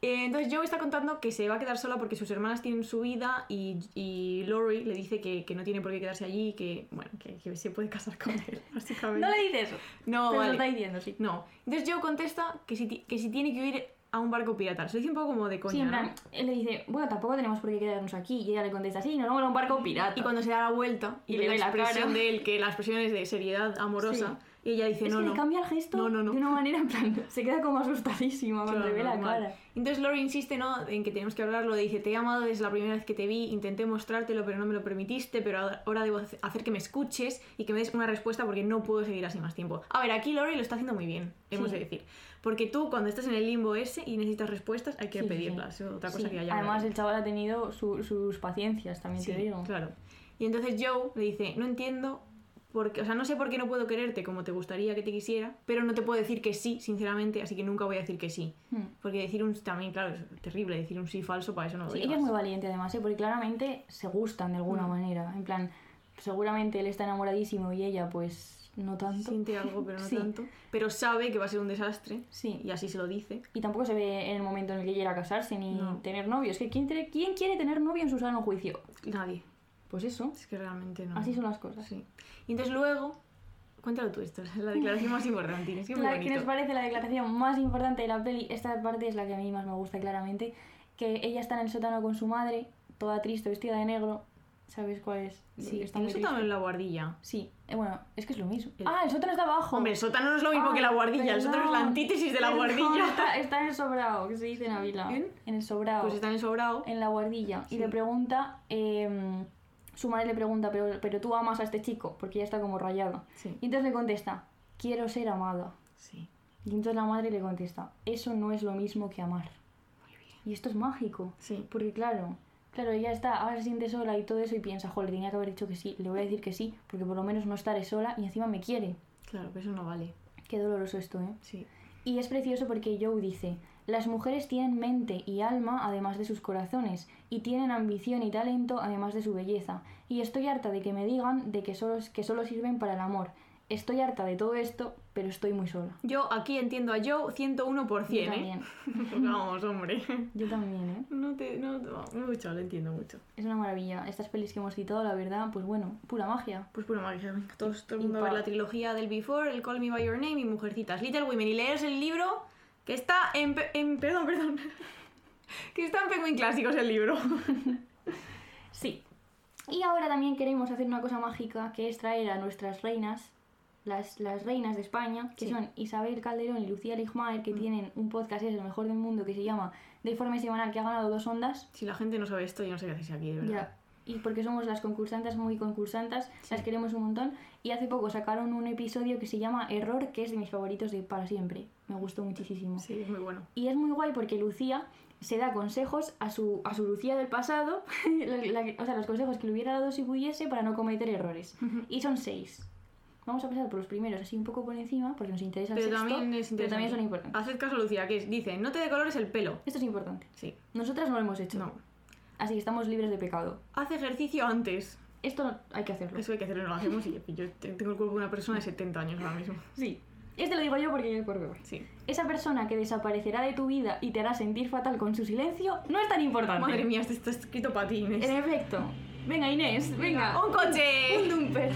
Eh, entonces Joe está contando que se va a quedar sola porque sus hermanas tienen su vida y, y Lori le dice que, que no tiene por qué quedarse allí, que, bueno, que, que se puede casar con él, básicamente. No le dice eso. No, Pero vale. lo está diciendo, sí. No. Entonces Joe contesta que si, ti- que si tiene que huir a un barco pirata. Se lo dice un poco como de coña, Sí, en ¿no? plan, él le dice, bueno, tampoco tenemos por qué quedarnos aquí. Y ella le contesta, sí, nos vamos a un barco pirata. Y cuando se da la vuelta y, Y ve le la ve la expresión cara. de él, que la expresión es de seriedad amorosa, Y ella dice, es no, que no. le cambia el gesto No, no, no. de una manera en plan, se queda como asustadísima cuando Claro, le ve la normal. cara. Entonces Lori insiste, ¿no? En que tenemos que hablarlo. Dice, te he llamado desde la primera vez que te vi, intenté mostrártelo, pero no me lo permitiste, pero ahora debo hace- hacer que me escuches y que me des una respuesta porque no puedo seguir así más tiempo. A ver, aquí Lori lo está haciendo muy bien, hemos Sí. de decir. Porque tú, cuando estás en el limbo ese y necesitas respuestas, hay que Sí, sí, sí. pedirlas. Es otra cosa Sí, que ya Además, hablaremos. el chaval ha tenido su- sus paciencias, también Sí, te digo. claro. Y entonces Joe le dice, no entiendo, porque, o sea, no sé por qué no puedo quererte como te gustaría que te quisiera, pero no te puedo decir que sí, sinceramente, así que nunca voy a decir que sí. Hmm. Porque decir un también, claro, es terrible decir un sí falso, para eso no lo Sí, digas. ella es muy valiente además, ¿eh? porque claramente se gustan de alguna Mm. manera. En plan, seguramente él está enamoradísimo y ella pues no tanto. Sí. Siente algo, pero no Sí. tanto. Pero sabe que va a ser un desastre y así se lo dice. Y tampoco se ve en el momento en el que quiera casarse ni No. tener novio. Es que ¿quién, tiene- ¿quién quiere tener novio en su sano juicio? Nadie. Pues eso. Es que realmente no. Así son las cosas. Ah. Sí. Y entonces luego, cuéntalo tú esto, es la declaración más importante. Es que es muy La que nos bonito. parece la declaración más importante de la peli, esta parte es la que a mí más me gusta claramente, que ella está en el sótano con su madre, toda triste, vestida de negro. ¿Sabes cuál es? Sí, Está en muy el sótano triste. en la guardilla. Sí, eh, bueno, es que es lo mismo. El- Ah, el sótano está abajo. Hombre, el sótano no es lo mismo Ay, que la guardilla, el sótano es la Ah, perdón. antítesis de la Perdón, guardilla. Está, está en el sobrado, que se dice en Ávila. ¿En? En el sobrado. Pues está en el sobrado. En la guardilla. Sí. Y le pregunta, eh, su madre le pregunta, pero, pero tú amas a este chico, porque ella está como rayada. Sí. Y entonces le contesta, quiero ser amada. Sí. Y entonces la madre le contesta, eso no es lo mismo que amar. Y esto es mágico. Sí. Porque claro, claro, ella está, ahora se siente sola y todo eso y piensa, joder, tenía que haber dicho que sí, le voy a decir que sí, porque por lo menos no estaré sola y encima me quiere. Claro, pero eso no vale. Qué doloroso esto, ¿eh? Sí. Y es precioso porque Joe dice, las mujeres tienen mente y alma además de sus corazones, y tienen ambición y talento además de su belleza, y estoy harta de que me digan de que solo, que solo sirven para el amor. Estoy harta de todo esto, pero estoy muy sola. Yo aquí entiendo a Joe 101%, Yo ¿eh? también, Vamos, hombre. yo también, ¿eh? No te. No, no, mucho, lo entiendo mucho. Es una maravilla. Estas pelis que hemos citado, la verdad, pues bueno, pura magia. Pues pura magia. venga, Todos, todo Y el mundo a ver pa- la trilogía del Before, el Call Me By Your Name y Mujercitas. Little Women. Y leerse el libro que está en. pe- en- perdón, perdón. que está en Penguin Clásicos el libro. Sí. Y ahora también queremos hacer una cosa mágica, que es traer a nuestras reinas, las, las reinas de España, que Sí. son Isabel Calderón y Lucía Ligmaer, que Mm. tienen un podcast, es el mejor del mundo, que se llama De forma semanal, que ha ganado dos ondas. si la gente no sabe esto, yo no sé qué hacéis aquí, de verdad. Ya. Y porque somos las concursantes, muy concursantes, Sí. las queremos un montón. Y hace poco sacaron un episodio que se llama Error, que es de mis favoritos de para siempre. Me gustó muchísimo. Sí, es muy bueno. Y es muy guay porque Lucía se da consejos a su, a su Lucía del pasado, la- la que- o sea, los consejos que le hubiera dado si pudiese para no cometer errores. Y son seis. Vamos a pasar por los primeros, así un poco por encima, porque nos interesa el Pero sexto, también es pero también interesante. son importantes. Haced caso a Lucía, que es- dice: No te decolores el pelo. Esto es importante. Sí. Nosotras no lo hemos hecho, No. así que estamos libres de pecado. Haz ejercicio antes. Esto hay que hacerlo. Eso hay que hacerlo, no lo hacemos. Y yo te- tengo el cuerpo de una persona de 70 años ahora mismo. Sí. Este lo digo yo porque yo por Sí. Esa persona que desaparecerá de tu vida y te hará sentir fatal con su silencio no es tan importante. Madre mía, esto está escrito para ti, Inés. En efecto. Venga, Inés, venga. ¡Un coche! Un dumper.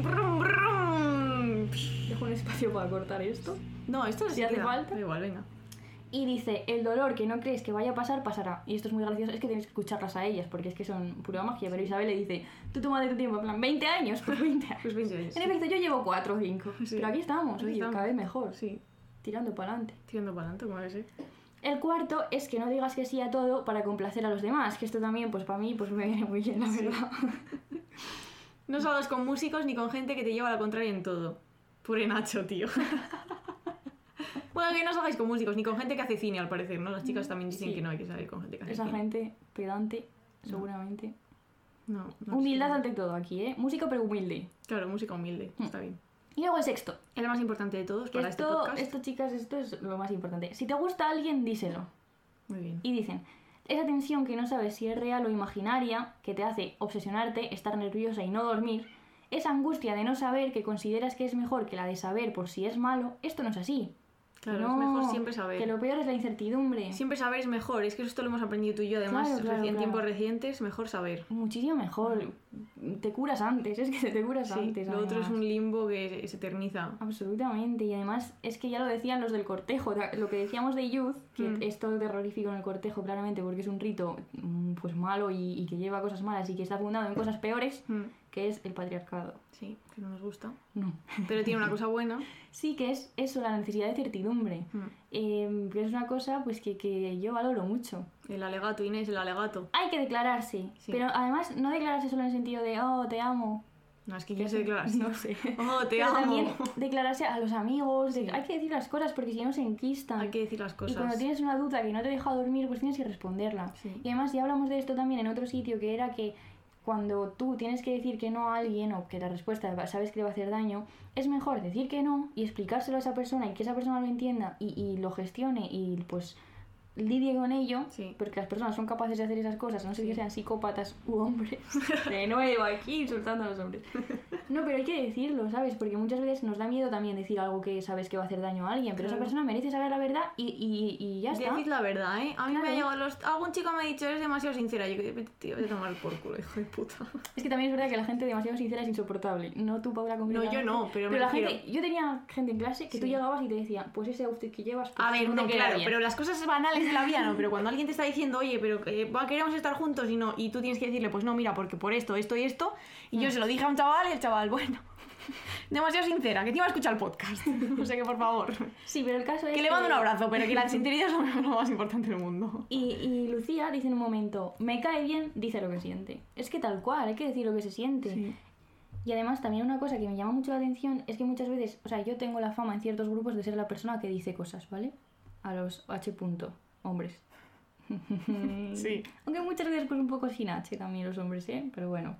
Brum, brum. Dejo un espacio para cortar esto. No, esto Si sí hace queda. falta. Da Igual, venga. Y dice, el dolor que no crees que vaya a pasar, pasará. Y esto es muy gracioso, es que tienes que escucharlas a ellas, porque es que son pura magia. Pero Isabel le dice, tú tómate tu tiempo, en plan, 20 años, pues 20 años. Pues 20 años. En efecto, yo llevo 4 o 5. Sí. Pero aquí estamos, Aquí oye, estamos. cada vez mejor, Sí, tirando para adelante. tirando para adelante, como ¿eh? debe ser. El cuarto es que no digas que sí a todo para complacer a los demás, que esto también, pues para mí, pues me viene muy bien, la verdad. No salgas con músicos ni con gente que te lleva a la contraria en todo. Pure Nacho, tío. bueno, que no salgáis con músicos ni con gente que hace cine, al parecer, ¿no? Las chicas también dicen Sí. que no hay que salir con gente que hace Esa cine. gente pedante, seguramente. No, no Humildad sé. ante todo aquí, ¿eh? Músico pero humilde. Claro, música humilde. Está bien. Y luego el sexto, Es lo más importante de todos Que para este esto, podcast. esto, chicas, esto es lo más importante. Si te gusta alguien, díselo. Muy bien. Y dicen, esa tensión que no sabes si es real o imaginaria, que te hace obsesionarte, estar nerviosa y no dormir, esa angustia de no saber que consideras que es mejor que la de saber por si es malo, esto no es así. Claro, No, es mejor siempre saber. Que lo peor es la incertidumbre. Siempre saber es mejor. Es que esto lo hemos aprendido tú y yo, además, Claro, claro, reci- en claro. tiempos recientes, mejor saber. Muchísimo mejor. Te curas antes, es que te curas Sí, antes. lo otro es además. un limbo que se eterniza. Absolutamente, y además es que ya lo decían los del cortejo, ta- lo que decíamos de Youth, que Mm. es todo terrorífico en el cortejo claramente porque es un rito mm, pues malo y, y que lleva cosas malas y que está fundado en cosas peores, Mm. que es el patriarcado. Sí, que no nos gusta. No. Pero tiene una cosa buena. Sí que es eso, la necesidad de certidumbre. Mm. Em, que es una cosa pues que, que yo valoro mucho. El alegato, Inés, el alegato. Hay que declararse, Sí. pero además no declararse solo en el sentido de, oh, te amo. No, es que yo sé declarar. No sé. Oh, te Pero amo. también declararse a los amigos. de- Sí. Hay que decir las cosas porque si no se enquistan. Hay que decir las Y cosas. cuando tienes una duda que no te deja dormir, pues tienes que responderla. Sí. Y además ya hablamos de esto también en otro sitio, que era que cuando tú tienes que decir que no a alguien o que la respuesta va- sabes que le va a hacer daño, es mejor decir que no y explicárselo a esa persona y que esa persona lo entienda y, y lo gestione y pues lidie con ello, Sí. porque las personas son capaces de hacer esas cosas, no sé que Sí. sean psicópatas u hombres. De nuevo aquí insultando a los hombres. No, pero hay que decirlo, ¿sabes? Porque muchas veces nos da miedo también decir algo que sabes que va a hacer daño a alguien, pero Claro. esa persona merece saber la verdad y, y- y ya está. Decid la verdad, ¿eh? A mí me Claro. ha llegado los... Algún chico me ha dicho, eres demasiado sincera. Yo, tío, voy a tomar por culo, hijo de puta. Es que también es verdad que la gente demasiado sincera es insoportable. No tú, Paula, No, concretamente. yo no, pero me la refiero- gente, yo tenía gente en clase que tú Sí. llegabas y te decían, pues ese outfit que llevas. pues, A ver, no no, te queda claro, bien". pero las cosas banales de la vida no, pero cuando alguien te está diciendo, oye, pero eh, va, queremos estar juntos y no, y tú tienes que decirle, pues no, mira, porque por esto, esto y esto, y yo se lo dije a un chaval y el chaval, bueno, demasiado sincera, que te iba a escuchar el podcast, o sea que por favor, Sí, pero el caso es. que le mando un abrazo, pero que la sinceridad es lo más importante del mundo. Y, y Lucía dice en un momento, me cae bien, dice lo que siente. Es que tal cual, hay que decir lo que se siente. Y además también una cosa que me llama mucho la atención es que muchas veces, o sea, yo tengo la fama en ciertos grupos de ser la persona que dice cosas, ¿vale? A los H. punto, hombres. Sí. Aunque muchas veces pues un poco sin H también los hombres, ¿eh? Pero bueno.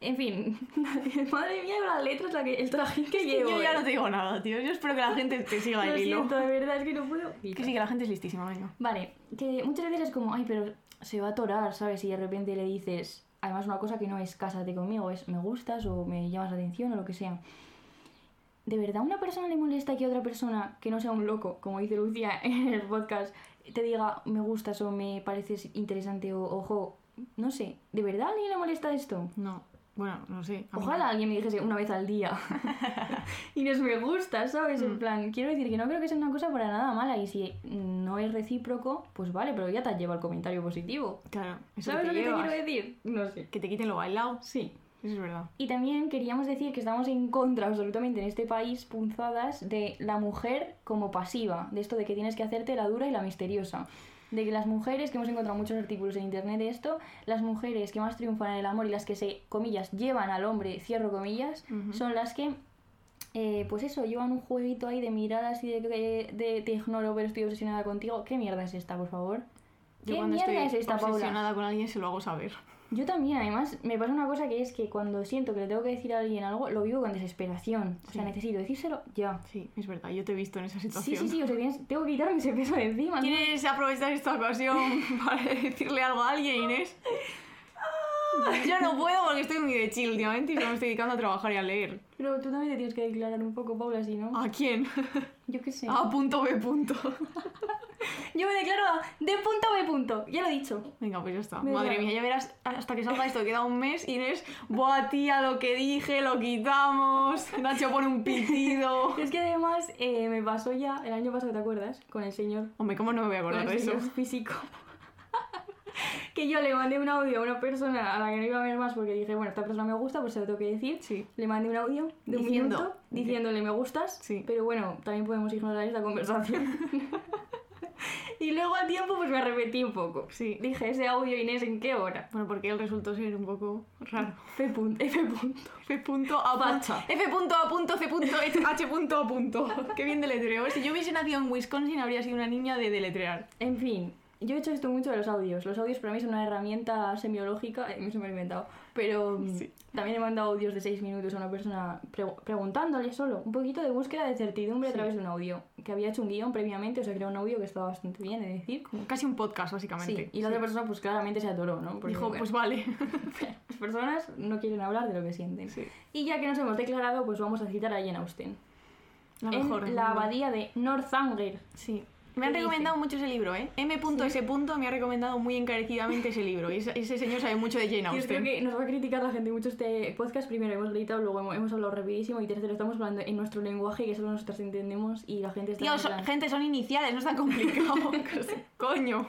En fin, madre mía, las letras, la que, el trajín que llevo. Yo ya ¿eh? no te digo nada, tío, yo espero que la gente te siga Lo el hilo. siento, de verdad, es que no puedo. Que sí, que la gente es listísima, venga. Vale, que muchas veces es como, ay, pero se va a atorar, ¿sabes? Y de repente le dices, además una cosa que no es cásate conmigo, es me gustas o me llamas la atención o lo que sea. ¿De verdad a una persona le molesta que otra persona, que no sea un loco, como dice Lucía en el podcast, te diga me gustas o me pareces interesante o ojo? No sé, ¿de verdad a alguien le molesta esto? No, bueno, no sé. a mí Ojalá alguien me dijese una vez al día. y nos me gusta, ¿sabes? En plan, quiero decir que no creo que sea una cosa para nada mala. Y si no es recíproco, pues vale, pero ya te lleva el comentario positivo. no. Claro, eso ¿Sabes lo que llevas. te quiero decir? No sé. Que te quiten lo bailado, Sí. eso es verdad. Y también queríamos decir que estamos en contra absolutamente en este país, punzadas, de la mujer como pasiva, de esto de que tienes que hacerte la dura y la misteriosa. De que las mujeres, que hemos encontrado muchos artículos en internet de esto, las mujeres que más triunfan en el amor y las que se, comillas, llevan al hombre, cierro comillas, Ujú. son las que, eh, pues eso, llevan un jueguito ahí de miradas y de, de, de te ignoro pero estoy obsesionada contigo. ¿Qué mierda es esta, por favor? Yo ¿Qué cuando estoy mierda es esta, Paula? obsesionada con alguien se lo hago saber. Yo también, además, me pasa una cosa que es que cuando siento que le tengo que decir a alguien algo, lo vivo con desesperación. O sea, Sí. necesito decírselo ya. Sí, es verdad, yo te he visto en esa Sí, situación. sí, sí, o sea, tienes- tengo que quitarme ese peso de encima. ¿no? ¿Quieres aprovechar esta ocasión para decirle algo a alguien, Inés? Ah. Yo no puedo porque estoy muy de chill últimamente y solo me estoy dedicando a trabajar y a leer. Pero tú también te tienes que declarar un poco, Paula, si no. ¿A quién? Yo qué sé. A punto B punto. Yo me declaro a de punto B punto. Ya lo he dicho. Venga, pues ya está. Me Madre duele. mía, ya verás hasta que salga esto, queda un mes, Inés. Buah, tía, lo que dije, lo quitamos. Nacho pone un pitido. Es que además eh, me pasó ya el año pasado, ¿te acuerdas? Con el señor Hombre, ¿cómo no me voy a acordar de Bueno, sí, eso? es físico. que yo le mandé un audio a una persona a la que no iba a ver más porque dije, bueno, esta persona me gusta, pues se lo tengo que decir. Sí. Le mandé un audio de un Diciendo. minuto diciéndole me gustas, Sí. pero bueno, también podemos ignorar esta conversación. y luego al tiempo pues me arrepentí un poco. Sí. Dije, ese audio Inés, ¿en qué hora? Bueno, porque él resultó ser un poco raro. F punto. F punto. F punto a Facha. punto, F punto a punto C punto H H punto a punto. Qué bien deletreo. Si yo hubiese nacido en Wisconsin habría sido una niña de deletrear. En fin, yo he hecho esto mucho de los audios. Los audios para mí son una herramienta semiológica, eh, se me lo he inventado, pero mm, Sí. también he mandado audios de 6 minutos a una persona pre- preguntándole solo, un poquito de búsqueda de certidumbre a través de un audio, que había hecho un guión previamente, o sea, que era un audio que estaba bastante bien, he de decir. Casi un podcast básicamente. Sí, y la otra persona pues claramente se atoró, ¿no? Porque, dijo, bueno, pues vale. las personas no quieren hablar de lo que sienten. Sí. Y ya que nos hemos declarado, pues vamos a citar a Jane Austen. La mejor. del en la mundo. abadía de Northanger, Sí. Me han ¿Qué recomendado mucho ese libro, ¿eh? M.S. me ha recomendado muy encarecidamente ese libro. Y ese, ese señor sabe mucho de Jane Yo creo Austen. que nos va a criticar la gente mucho este podcast. Primero hemos editado, luego hemo- hemos hablado rapidísimo y tercero estamos hablando en nuestro lenguaje que solo nosotras entendemos y la gente está Tío, en so- plan, gente, son iniciales, no es tan complicado. Coño.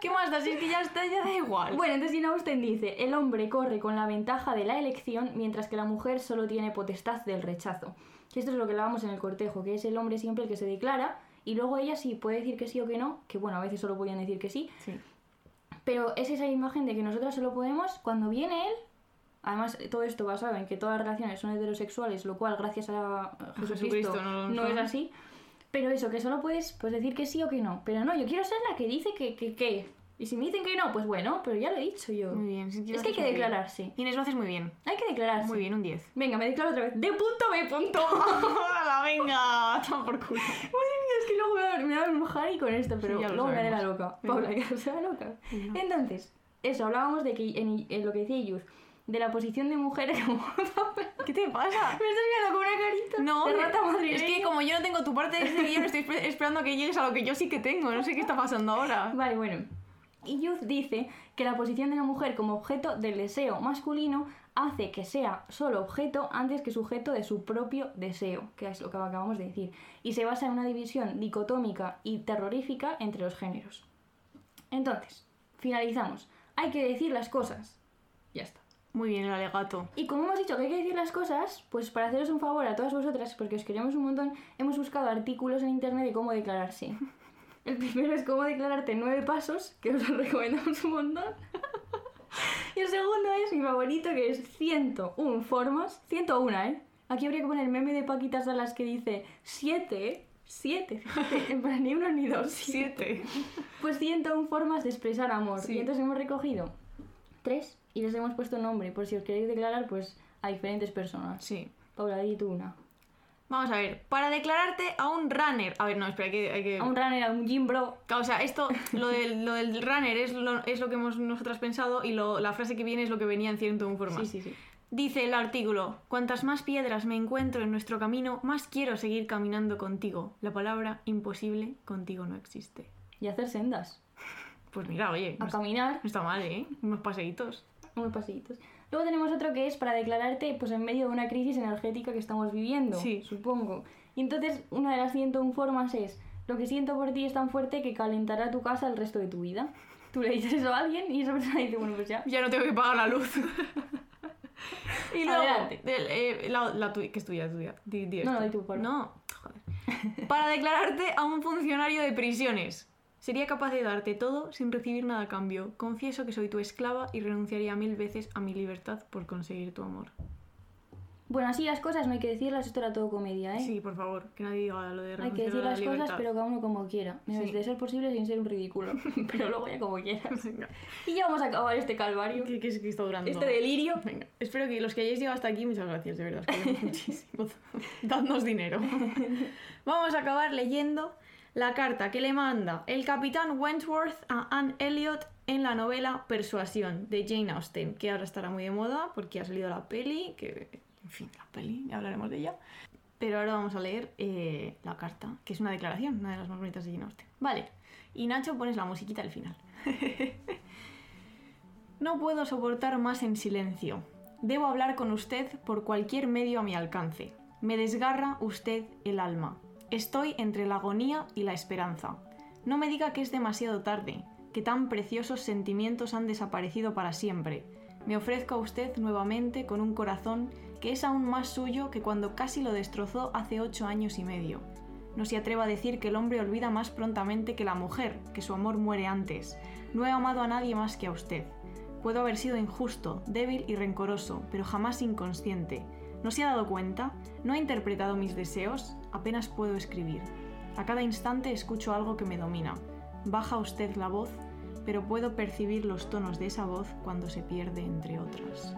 ¿Qué más da? Si es que ya está, ya da igual. Bueno, entonces Jane Austen dice, el hombre corre con la ventaja de la elección, mientras que la mujer solo tiene potestad del rechazo. Que esto es lo que hablábamos en el cortejo, que es el hombre siempre el que se declara, y luego ella sí puede decir que sí o que no, que bueno, a veces solo podían decir que sí, Sí. pero es esa imagen de que nosotras solo podemos cuando viene él. Además, todo esto basado en que todas las relaciones son heterosexuales, lo cual, gracias a Jesucristo, Jesucristo no no, lo es son. así. Pero eso, que solo puedes pues, decir que sí o que no. Pero no, yo quiero ser la que dice que, que, que. Y si me dicen que no, pues bueno, pero ya lo he dicho yo. Muy bien. sí, Es lo que hay haces que muy bien. declararse. Inés, lo haces muy bien. Hay que declararse. Muy bien, un 10. Venga, me declaro otra vez. De punto B punto. ¡Hala, venga! Toma por culo. Madre mía, es que luego me va a- me va a enojar y con esto, pero ya lo luego me haré la sabemos. loca. Venga. Paula, que sea loca. Venga. Entonces, eso, hablábamos de que en, en lo que decía Yus, de la posición de mujer como... me estás ¿Qué te pasa? mirando con una carita No, de hombre, rata madrileña. es que como yo no tengo tu parte de este guión, estoy espe- esperando a que llegues a lo que yo sí que tengo. No sé qué está pasando ahora. Vale, bueno. Y Youth dice que la posición de la mujer como objeto del deseo masculino hace que sea solo objeto antes que sujeto de su propio deseo, que es lo que acabamos de decir, y se basa en una división dicotómica y terrorífica entre los géneros. Entonces, finalizamos. Hay que decir las cosas. Ya está. Muy bien, el alegato. Y como hemos dicho que hay que decir las cosas, pues para haceros un favor a todas vosotras, porque os queremos un montón, hemos buscado artículos en internet de cómo declararse. El primero es cómo declararte en nueve pasos, que os lo recomendamos un montón. Y el segundo es mi favorito, que es 101 formas. 101, ¿eh? Aquí habría que poner el meme de Paquitas a las que dice 7, 7, fíjate, en plan, ni uno ni dos, siete. Siete. Pues 101 formas de expresar amor. Sí. Y entonces hemos recogido tres y les hemos puesto nombre, por si os queréis declarar, pues a diferentes personas. Sí. Paula, di tú una. Vamos a ver. Para declararte a un runner. A ver, no, espera, hay que. Hay que... A un runner, a un gym bro. Claro, O sea, esto, lo del, lo del runner es lo, es lo que hemos nosotras pensado y lo- la frase que viene es lo que venía en 101 formas. Sí, sí, sí. Dice el artículo, cuantas más piedras me encuentro en nuestro camino, más quiero seguir caminando contigo. La palabra imposible contigo no existe. Y hacer sendas. Pues mira, oye, no, A es- no caminar, está mal, ¿eh? Unos paseitos. unos pasitos. Luego tenemos otro que es para declararte pues en medio de una crisis energética que estamos viviendo, Sí. supongo. Y entonces una de las 101 formas es, lo que siento por ti es tan fuerte que calentará tu casa el resto de tu vida. Tú le dices eso a alguien y esa persona dice, bueno, pues ya. Ya no tengo que pagar la luz. y luego, Adelante. del, eh, la, la tu- que es tuya, tuya. Di- di No, esto. no, di tú, Paula. No, joder. Para declararte a un funcionario de prisiones. Sería capaz de darte todo sin recibir nada a cambio. Confieso que soy tu esclava y renunciaría mil veces a mi libertad por conseguir tu amor. Bueno, así las cosas no hay que decirlas, esto era todo comedia, ¿eh? Sí, por favor, que nadie diga lo de Hay que renunciar decir a la las cosas, libertad. pero cada uno como quiera. Debes Sí. de ser posible sin ser un ridículo. pero luego ya como quieras. Venga, Y ya vamos a acabar este calvario. que, que es Cristo grande. Este delirio. Venga, espero que los que hayáis llegado hasta aquí, muchas gracias, de verdad, os queremos muchísimo. Dadnos dinero. Vamos a acabar leyendo la carta que le manda el capitán Wentworth a Anne Elliot en la novela Persuasión de Jane Austen, que ahora estará muy de moda porque ha salido la peli, que en fin, la peli, ya hablaremos de ella. Pero ahora vamos a leer eh, la carta, que es una declaración, una de las más bonitas de Jane Austen. Vale, y Nacho pones la musiquita al final. No puedo soportar más en silencio. Debo hablar con usted por cualquier medio a mi alcance. Me desgarra usted el alma. Estoy entre la agonía y la esperanza. No me diga que es demasiado tarde, que tan preciosos sentimientos han desaparecido para siempre. Me ofrezco a usted nuevamente con un corazón que es aún más suyo que cuando casi lo destrozó hace ocho años y medio. No se atreva a decir que el hombre olvida más prontamente que la mujer, que su amor muere antes. No he amado a nadie más que a usted. Puedo haber sido injusto, débil y rencoroso, pero jamás inconsciente. ¿No se ha dado cuenta? ¿No ha interpretado mis deseos? Apenas puedo escribir. A cada instante escucho algo que me domina. Baja usted la voz, pero puedo percibir los tonos de esa voz cuando se pierde entre otras.